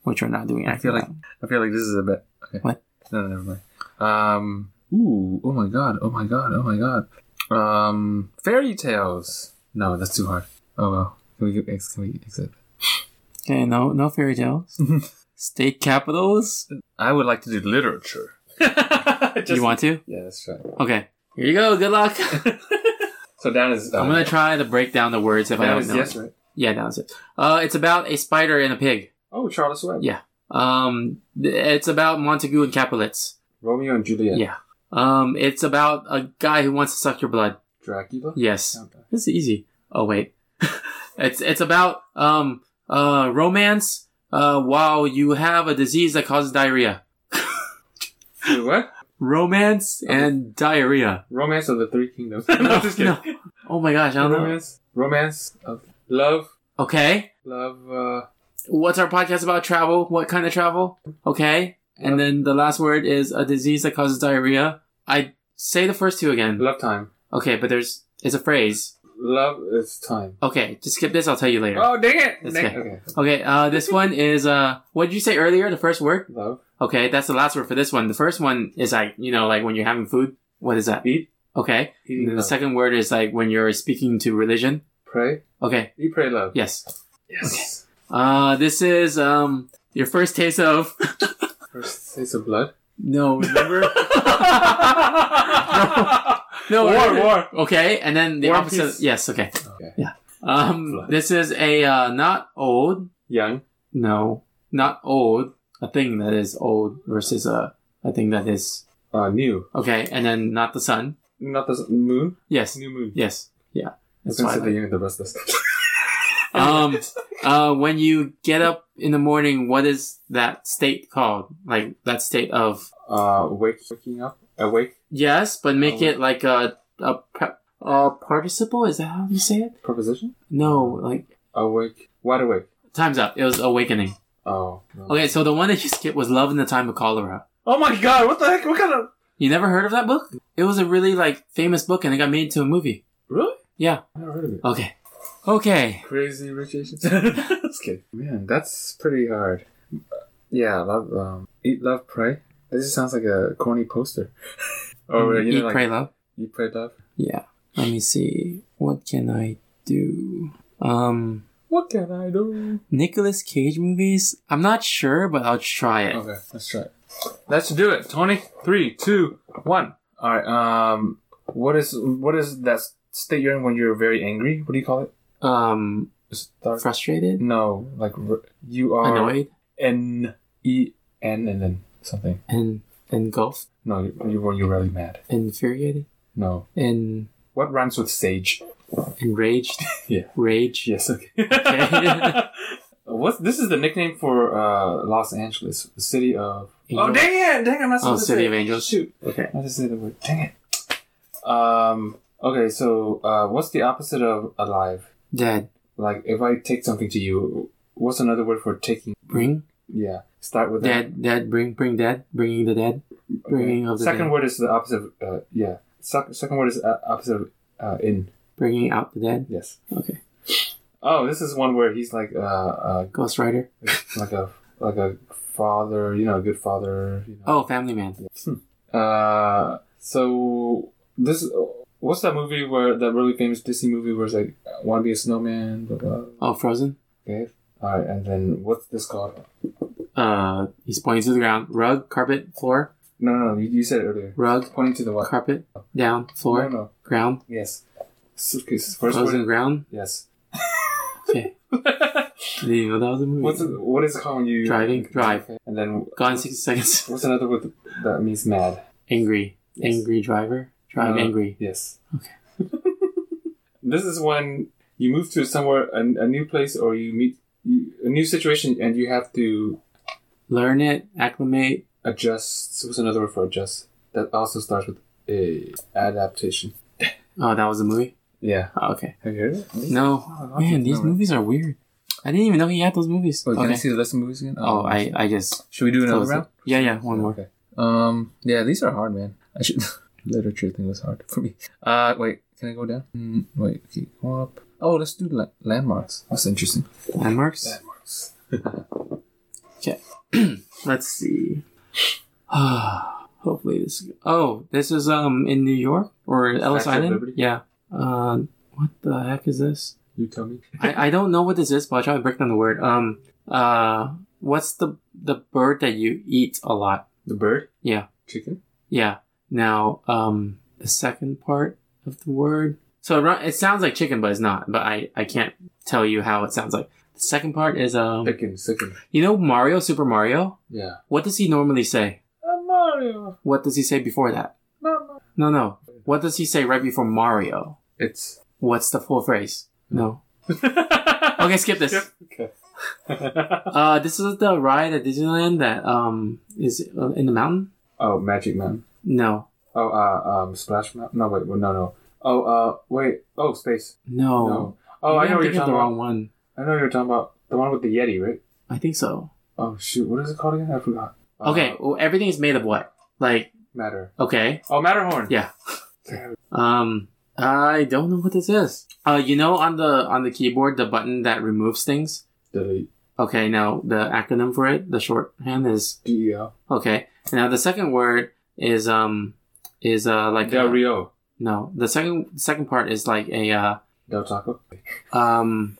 which we're not doing.
I feel like <coughs> I feel like this is a bit. Okay.
What?
No, no, never mind. Um. Ooh. Oh my god. Oh my god. Oh my god. Um. Fairy tales. No, that's too hard. Oh well. Can we get X? Can we exit?
okay, no, no fairy
<laughs>
tales. State capitals.
I would like to do <laughs> literature.
Do you want to?
Yeah, that's right.
Okay, here you go. Good luck. <laughs>
So down is.
I'm gonna try to break down the words if I
Down
don't
is
know.
yes, right?
Yeah, that was it. Uh, it's about a spider and a pig.
Oh, Charles Webb.
Yeah. Um, th- it's about Montague and Capulets.
Romeo and Juliet.
Yeah. Um, it's about a guy who wants to suck your blood.
Dracula.
Yes.
Okay.
This is easy. Oh wait. <laughs> it's it's about um uh romance uh while you have a disease that causes diarrhea.
Wait, what?
Romance and diarrhea.
Romance of the Three Kingdoms. <laughs> no, I'm just kidding.
No. Oh my gosh, I don't know.
Romance. Romance of love.
Okay.
Love. Uh,
What's our podcast about travel? What kind of travel? Okay. And then the last word is a disease that causes diarrhea. I say the first two again.
love time.
Okay, but there's it's a phrase.
Love is time.
Okay, just skip this, I'll tell you later.
Oh dang it!
That's
Dang-
okay.
okay.
Okay, uh, this one is, uh, what did you say earlier? The first word?
Love.
Okay, that's the last word for this one. The first one is like, you know, like when you're having food. What is that?
Eat.
Okay.
Eating
And then the
love.
second word is like when you're speaking to religion.
Pray.
Okay.
Eat, pray, love.
Yes.
Yes.
Uh, this is, um, your first taste of, <laughs>
First taste of blood.
no,
<laughs>
remember? no,
War, war.
Okay. And then the
War and
opposite.
peace.
Yes. Okay.
Okay.
Um,
Blood.
this is a, uh, not old.
Young.
No, not old. A thing that is old versus a, a thing that is,
Uh, new.
okay. And then not the sun.
Not the s- moon.
Yes.
New moon.
Yes. Yeah. That's
That's why
fine.
the unit the rest of <laughs> us.
Um, uh, when you get up in the morning, what is that state called? Like that state of
Uh, wake, waking up. Awake.
yes, but make
Oh.
it like a a, pre- a participle. Is that how you say it?
Proposition.
No, like
Awake. Wide awake.
time's up. It was awakening.
Oh. no.
Okay, so the one that you skipped was love in the time of cholera.
Oh my god! What the heck? What kind of?
You never heard of that book? It was a really like famous book, and it got made into a movie.
Really?
Yeah.
I never heard of it.
Okay.
<laughs>
Okay.
Crazy Rich Asians. Just kidding. Man, that's pretty hard. Yeah, love, um, eat, love, pray. This just sounds like a corny poster. <laughs> or you
Mm, Eat,
know, like
pray, love.
eat, pray, love.
Yeah. Let me see. What can I do? Um.
What can I do?
Nicolas Cage movies? I'm not sure, but I'll try it.
Okay, let's try it. Let's do it, Tony. Three, two, one. All right. Um, what is what is that state you're in when you're very angry? What do you call it?
Um,
Start.
frustrated,
no, like r- you are
annoyed,
N E N and then something.
and engulfed,
No, you you were you're really mad.
infuriated,
No.
and
What rhymes with sage?
enraged.
<laughs> Yeah.
Rage.
Yes. <laughs> Okay. Uh, What's this is the nickname for uh, Los Angeles, the city of.
Angels.
Oh, dang it! Dang, it, I'm not
Oh, city
say
of
it.
angels.
Shoot,
Okay.
I just said the word. Dang it. Um. Okay, so uh, what's the opposite of alive?
Dead.
Like, if I take something to you, what's another word for taking?
Bring.
Yeah, start with that.
Dead. Dead. Bring. Bring dead. Bringing the dead.
Okay.
Bringing of the
Second
dead.
word is the opposite. Of, uh, yeah. Sec- second word is uh, opposite of uh, in.
Bringing out the dead.
Yes.
Okay.
Oh, this is one where he's like uh, uh,
Ghost Rider.
like a like a father, you know, a good father. You know.
Oh, Family Man.
Uh, so this what's that movie where that really famous Disney movie where it's like I want to be a snowman? Blah, blah.
Oh, Frozen.
Okay. All right, and then what's this called?
Uh, he's pointing to the ground. Rug. Carpet. Floor.
No, no, no you, you said it earlier.
Rug.
Pointing to the what?
Carpet. Down.
no,
Floor.
no.
Ground.
Yes. S- okay, s- First
Frozen
word.
ground.
Yes.
Okay. Didn't even know that was a movie.
What's it, what is it called when you
Driving. Drive.
And then
Gone in 60 seconds.
what's another word that means mad?
<laughs> Angry.
Yes. Uh,
Angry driver. Drive
No,
angry.
Yes. Okay. <laughs> this is when you move to somewhere, a, a new place, or you meet you, a new situation, and you have to
Learn it. Acclimate.
adjust. What's another word for adjust? That also starts with a adaptation.
Oh, that was a movie?
Yeah.
Oh, okay.
Have you heard of it?
No.
Oh, I
Man,
don't
these
remember.
movies are weird. I didn't even know he had those movies.
Wait, Can I
okay.
see the list of movies again? Um,
Oh, I, I just.
should we do another
closed
round?
it. Yeah, yeah, one more.
Okay. Um. Yeah, these are hard, man. I should. <laughs> Literature thing was hard for me. Uh, wait. Can I go down? Mm, wait. Keep go up.
<laughs>
Oh, let's do la- landmarks. That's interesting.
Landmarks? Okay. <clears throat> Let's see. <sighs> Hopefully this. Oh, this is um in New York or Ellis
Statue of
Island.
Liberty?
Yeah. Uh, what the heck is this?
You tell me.
I, I don't know what this is, but I'll try to break down the word. Um. Uh. What's the the bird that you eat a lot?
The bird?
Yeah.
Chicken?
Yeah. Now, um, the second part of the word. So it run- it sounds like chicken, but it's not. But I I can't tell you how it sounds like. The second part is um.
Chicken, chicken.
You know Mario, Super Mario.
Yeah.
What does he normally say?
I'm Mario.
What does he say before that? No, no. What does he say right before Mario? <laughs>
It's.
What's the full phrase? No.
okay.
Okay, skip this.
Okay. <laughs>
Uh, this is the ride at Disneyland that um is uh, in the mountain.
oh, Magic Man.
No,
Oh, uh, um, Splash Man. No, wait, well, no, no. Oh, uh, wait. Oh, space.
no.
No. Oh,
Maybe I'm
I know what you're
thinking of
talking
the
about.
wrong one.
I know what you're talking about. The one with the Yeti, right?
I think so.
Oh shoot, what is it called again? I forgot. Uh,
Okay, well, everything is made of what? Like,
Matter.
okay,
Oh, Matterhorn. <laughs>
yeah. Um, I don't know what this is. Uh, you know, on the on the keyboard, the button that removes things.
Delete.
Okay, now the acronym for it, the shorthand is
D E L.
Okay. Now the second word is um is uh like
Del
a-
Rio.
no the second second part is like a uh <laughs>
Del Taco.
um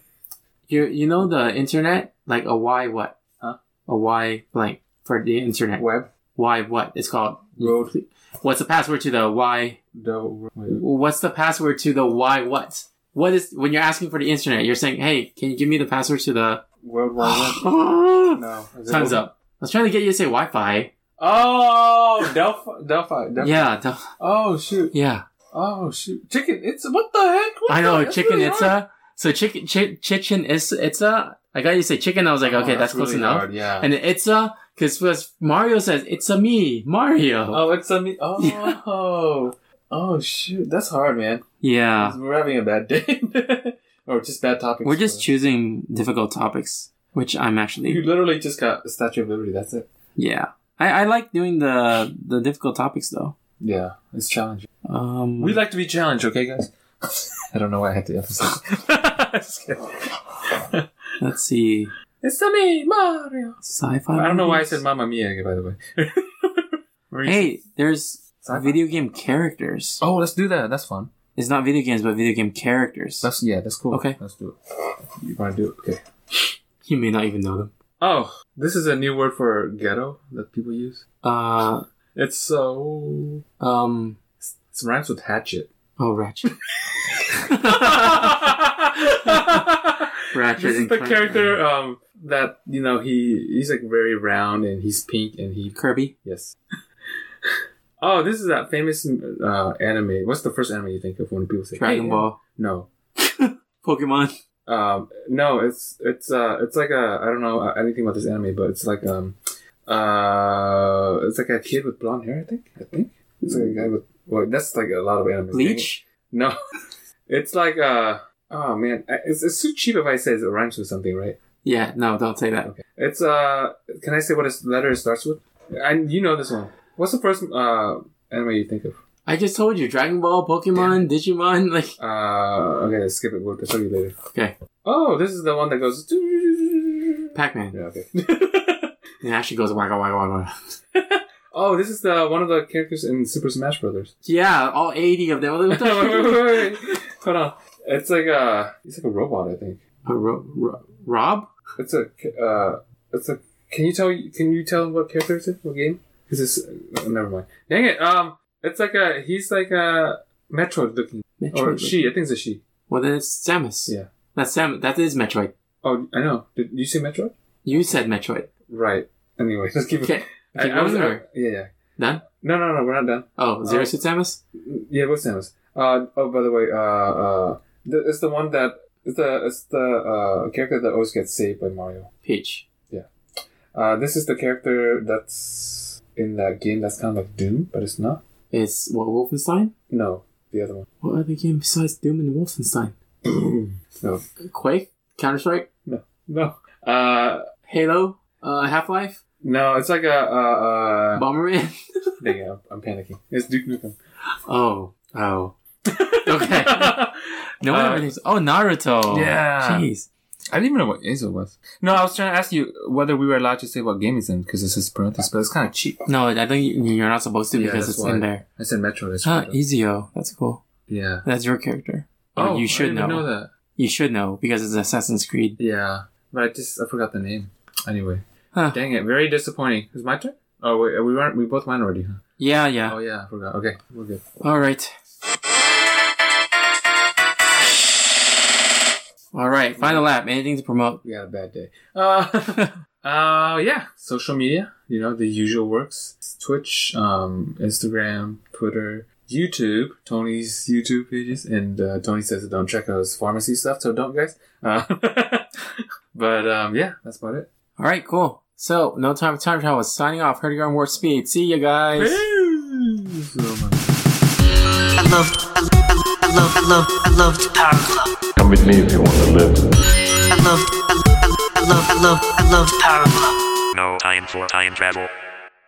you you know the internet like a y what
Huh?
a y blank for the internet
Web.
why what it's called <laughs>
Road.
what's the password to the why
Del. Wait.
what's the password to the why what what is when you're asking for the internet you're saying hey can you give me the password to the
World Wide
<gasps>
Web. No. Is it
time's
open?
up I was trying to get you to say Wi-Fi
Oh, Delphi. Delphi. Delphi.
yeah the-
Oh shoot.
yeah
Oh shoot. Chicken. It's what the heck? What
I
the-
know
that's
chicken
really
itza.
hard.
So chicken ch- chicken is itza. I got you to say chicken. I was like,
Oh,
okay, that's, close
really
enough.
hard, Yeah.
And then itza because Mario says it's a me Mario.
oh, it's a me. Oh.
Yeah.
oh. shoot. That's hard, man.
Yeah,
We're having a bad day. <laughs> or just bad topics.
we're just
for-
choosing difficult topics, which I'm
You
actually
literally just got a Statue of Liberty. That's it.
yeah. I, I like doing the the difficult topics though.
Yeah, it's challenging.
Um,
We like to be challenged, okay, guys? <laughs> I don't know why I had to emphasize. <laughs> Just kidding. <laughs>
let's see
it's a me, Mario.
sci-fi.
I don't know why I
movies?
said Mamma Mia, by the <laughs> way. Were you-
Hey, there's
Sci-fi?
video game characters.
Oh, let's do that. That's fun.
It's not video games, but video game characters.
That's yeah. That's cool.
Okay.
let's do it. You want to do it? Okay.
You may not even know them.
Oh, this is a new word for ghetto that people use.
Uh,
It's so.
um.
It rhymes with <laughs> hatchet.
Oh, Ratchet. Ratchet
this is
and
the
Clank.
character um, that you know he he's like very round and he's pink and he
Kirby.
yes. oh, this is that famous uh, anime. What's the first anime you think of when people say
Dragon
<laughs> "Hey, uh,
Ball.
No,
Pokemon.
um, no, it's it's uh it's like a I don't know uh, anything about this anime, but it's like um uh it's like a kid with blonde hair. I think I think it's like a guy with well that's like a lot of anime.
Bleach.
No, <laughs> it's like uh oh man, I- it's it's too cheap if I say it rhymes with something, right?
Yeah, no, don't say that.
Okay. It's uh can I say what its letter it starts with? And you know this one. What's the first uh anime you think of?
I just told you Dragon Ball, Pokemon, Digimon. <laughs> Like,
Uh okay, let's skip it, we'll tell you later.
okay,
Oh, this is the one that goes <laughs>
Pac Man.
Yeah, okay. <laughs>
It actually goes wagga wagga wagga.
oh, this is the one of the characters in Super Smash
<laughs>
Brothers. <laughs>
Yeah, all eighty of them. What the-
wait, wait, wait, wait. Hold on. It's like a it's like a robot, I think.
Uh, Ro- Ro- Rob.
It's a uh it's a can you tell can you tell what character it's in? What game? Is this uh, never mind. Dang it. Um it's like a he's like a Metroid looking or
Metroid.
she, I think it's a she.
Well, then it's Samus.
Yeah.
That's Sam. That is Metroid.
Oh, I know. Did you say Metro?
You said Metroid.
Right. Anyway, <laughs> let's keep it.
Okay.
I,
Okay,
I was,
what
I,
was
yeah, yeah.
Done.
No, no, no. We're not done.
Oh, Zero Suit Samus.
Yeah, what's Samus? Uh, oh, by the way, uh, uh, the, it's the one that it's the it's the uh, character that always gets saved by Mario.
Peach.
Uh, this is the character that's in that game that's kind of like Doom, but it's not.
It's what Wolfenstein.
No, the other one.
What other game besides Doom and
<clears throat>
Wolfenstein?
No,
Quake, Counter Strike,
no. Uh,
Halo, uh, Half Life,
no. It's like a uh, uh, <laughs>
Bomberman.
dang it, I'm, I'm panicking. It's Duke <laughs> Nukem.
Oh, oh. Okay. no one
<laughs> Uh,
ever thinks. Oh, Naruto.
Yeah.
Jeez.
I didn't even know what Azo was. No, I was trying to ask you whether we were allowed to say what game it's in because it says parentheses, but it's kind of cheap.
No, I think you- you're not supposed to
Yeah,
because
that's
it's
why.
in there.
I said Metro. It's
Ah,
right up.
Ezio. That's cool.
yeah.
That's your character. Or you should
Oh, I
know.
didn't know that.
You should know because it's Assassin's Creed.
Yeah, but I just I forgot the name. Anyway,
Huh.
dang it, very disappointing. Is my turn? Oh, wait, we weren't. We both went already. Huh?
Yeah, yeah.
Oh yeah, I forgot. Okay, we're good.
All right. All right. Final lap. Anything to promote?
We had a bad day. Uh, <laughs> uh, yeah. Social media, you know, the usual works. It's Twitch, um, Instagram, Twitter, YouTube, Tony's YouTube pages, and uh, Tony says don't check out his pharmacy stuff, so don't, guys. Uh, <laughs> but um, yeah, that's about it.
All right. Cool. So, no time for time travel. Signing off. Hurdy Garden Warp Speed. See you guys.
So much.
I loved, I, I, I loved, I loved, I loved Power Glove.
Come with me if you want to live.
I loved, I, I, I loved, I loved, I loved Power Glove.
No time for time travel.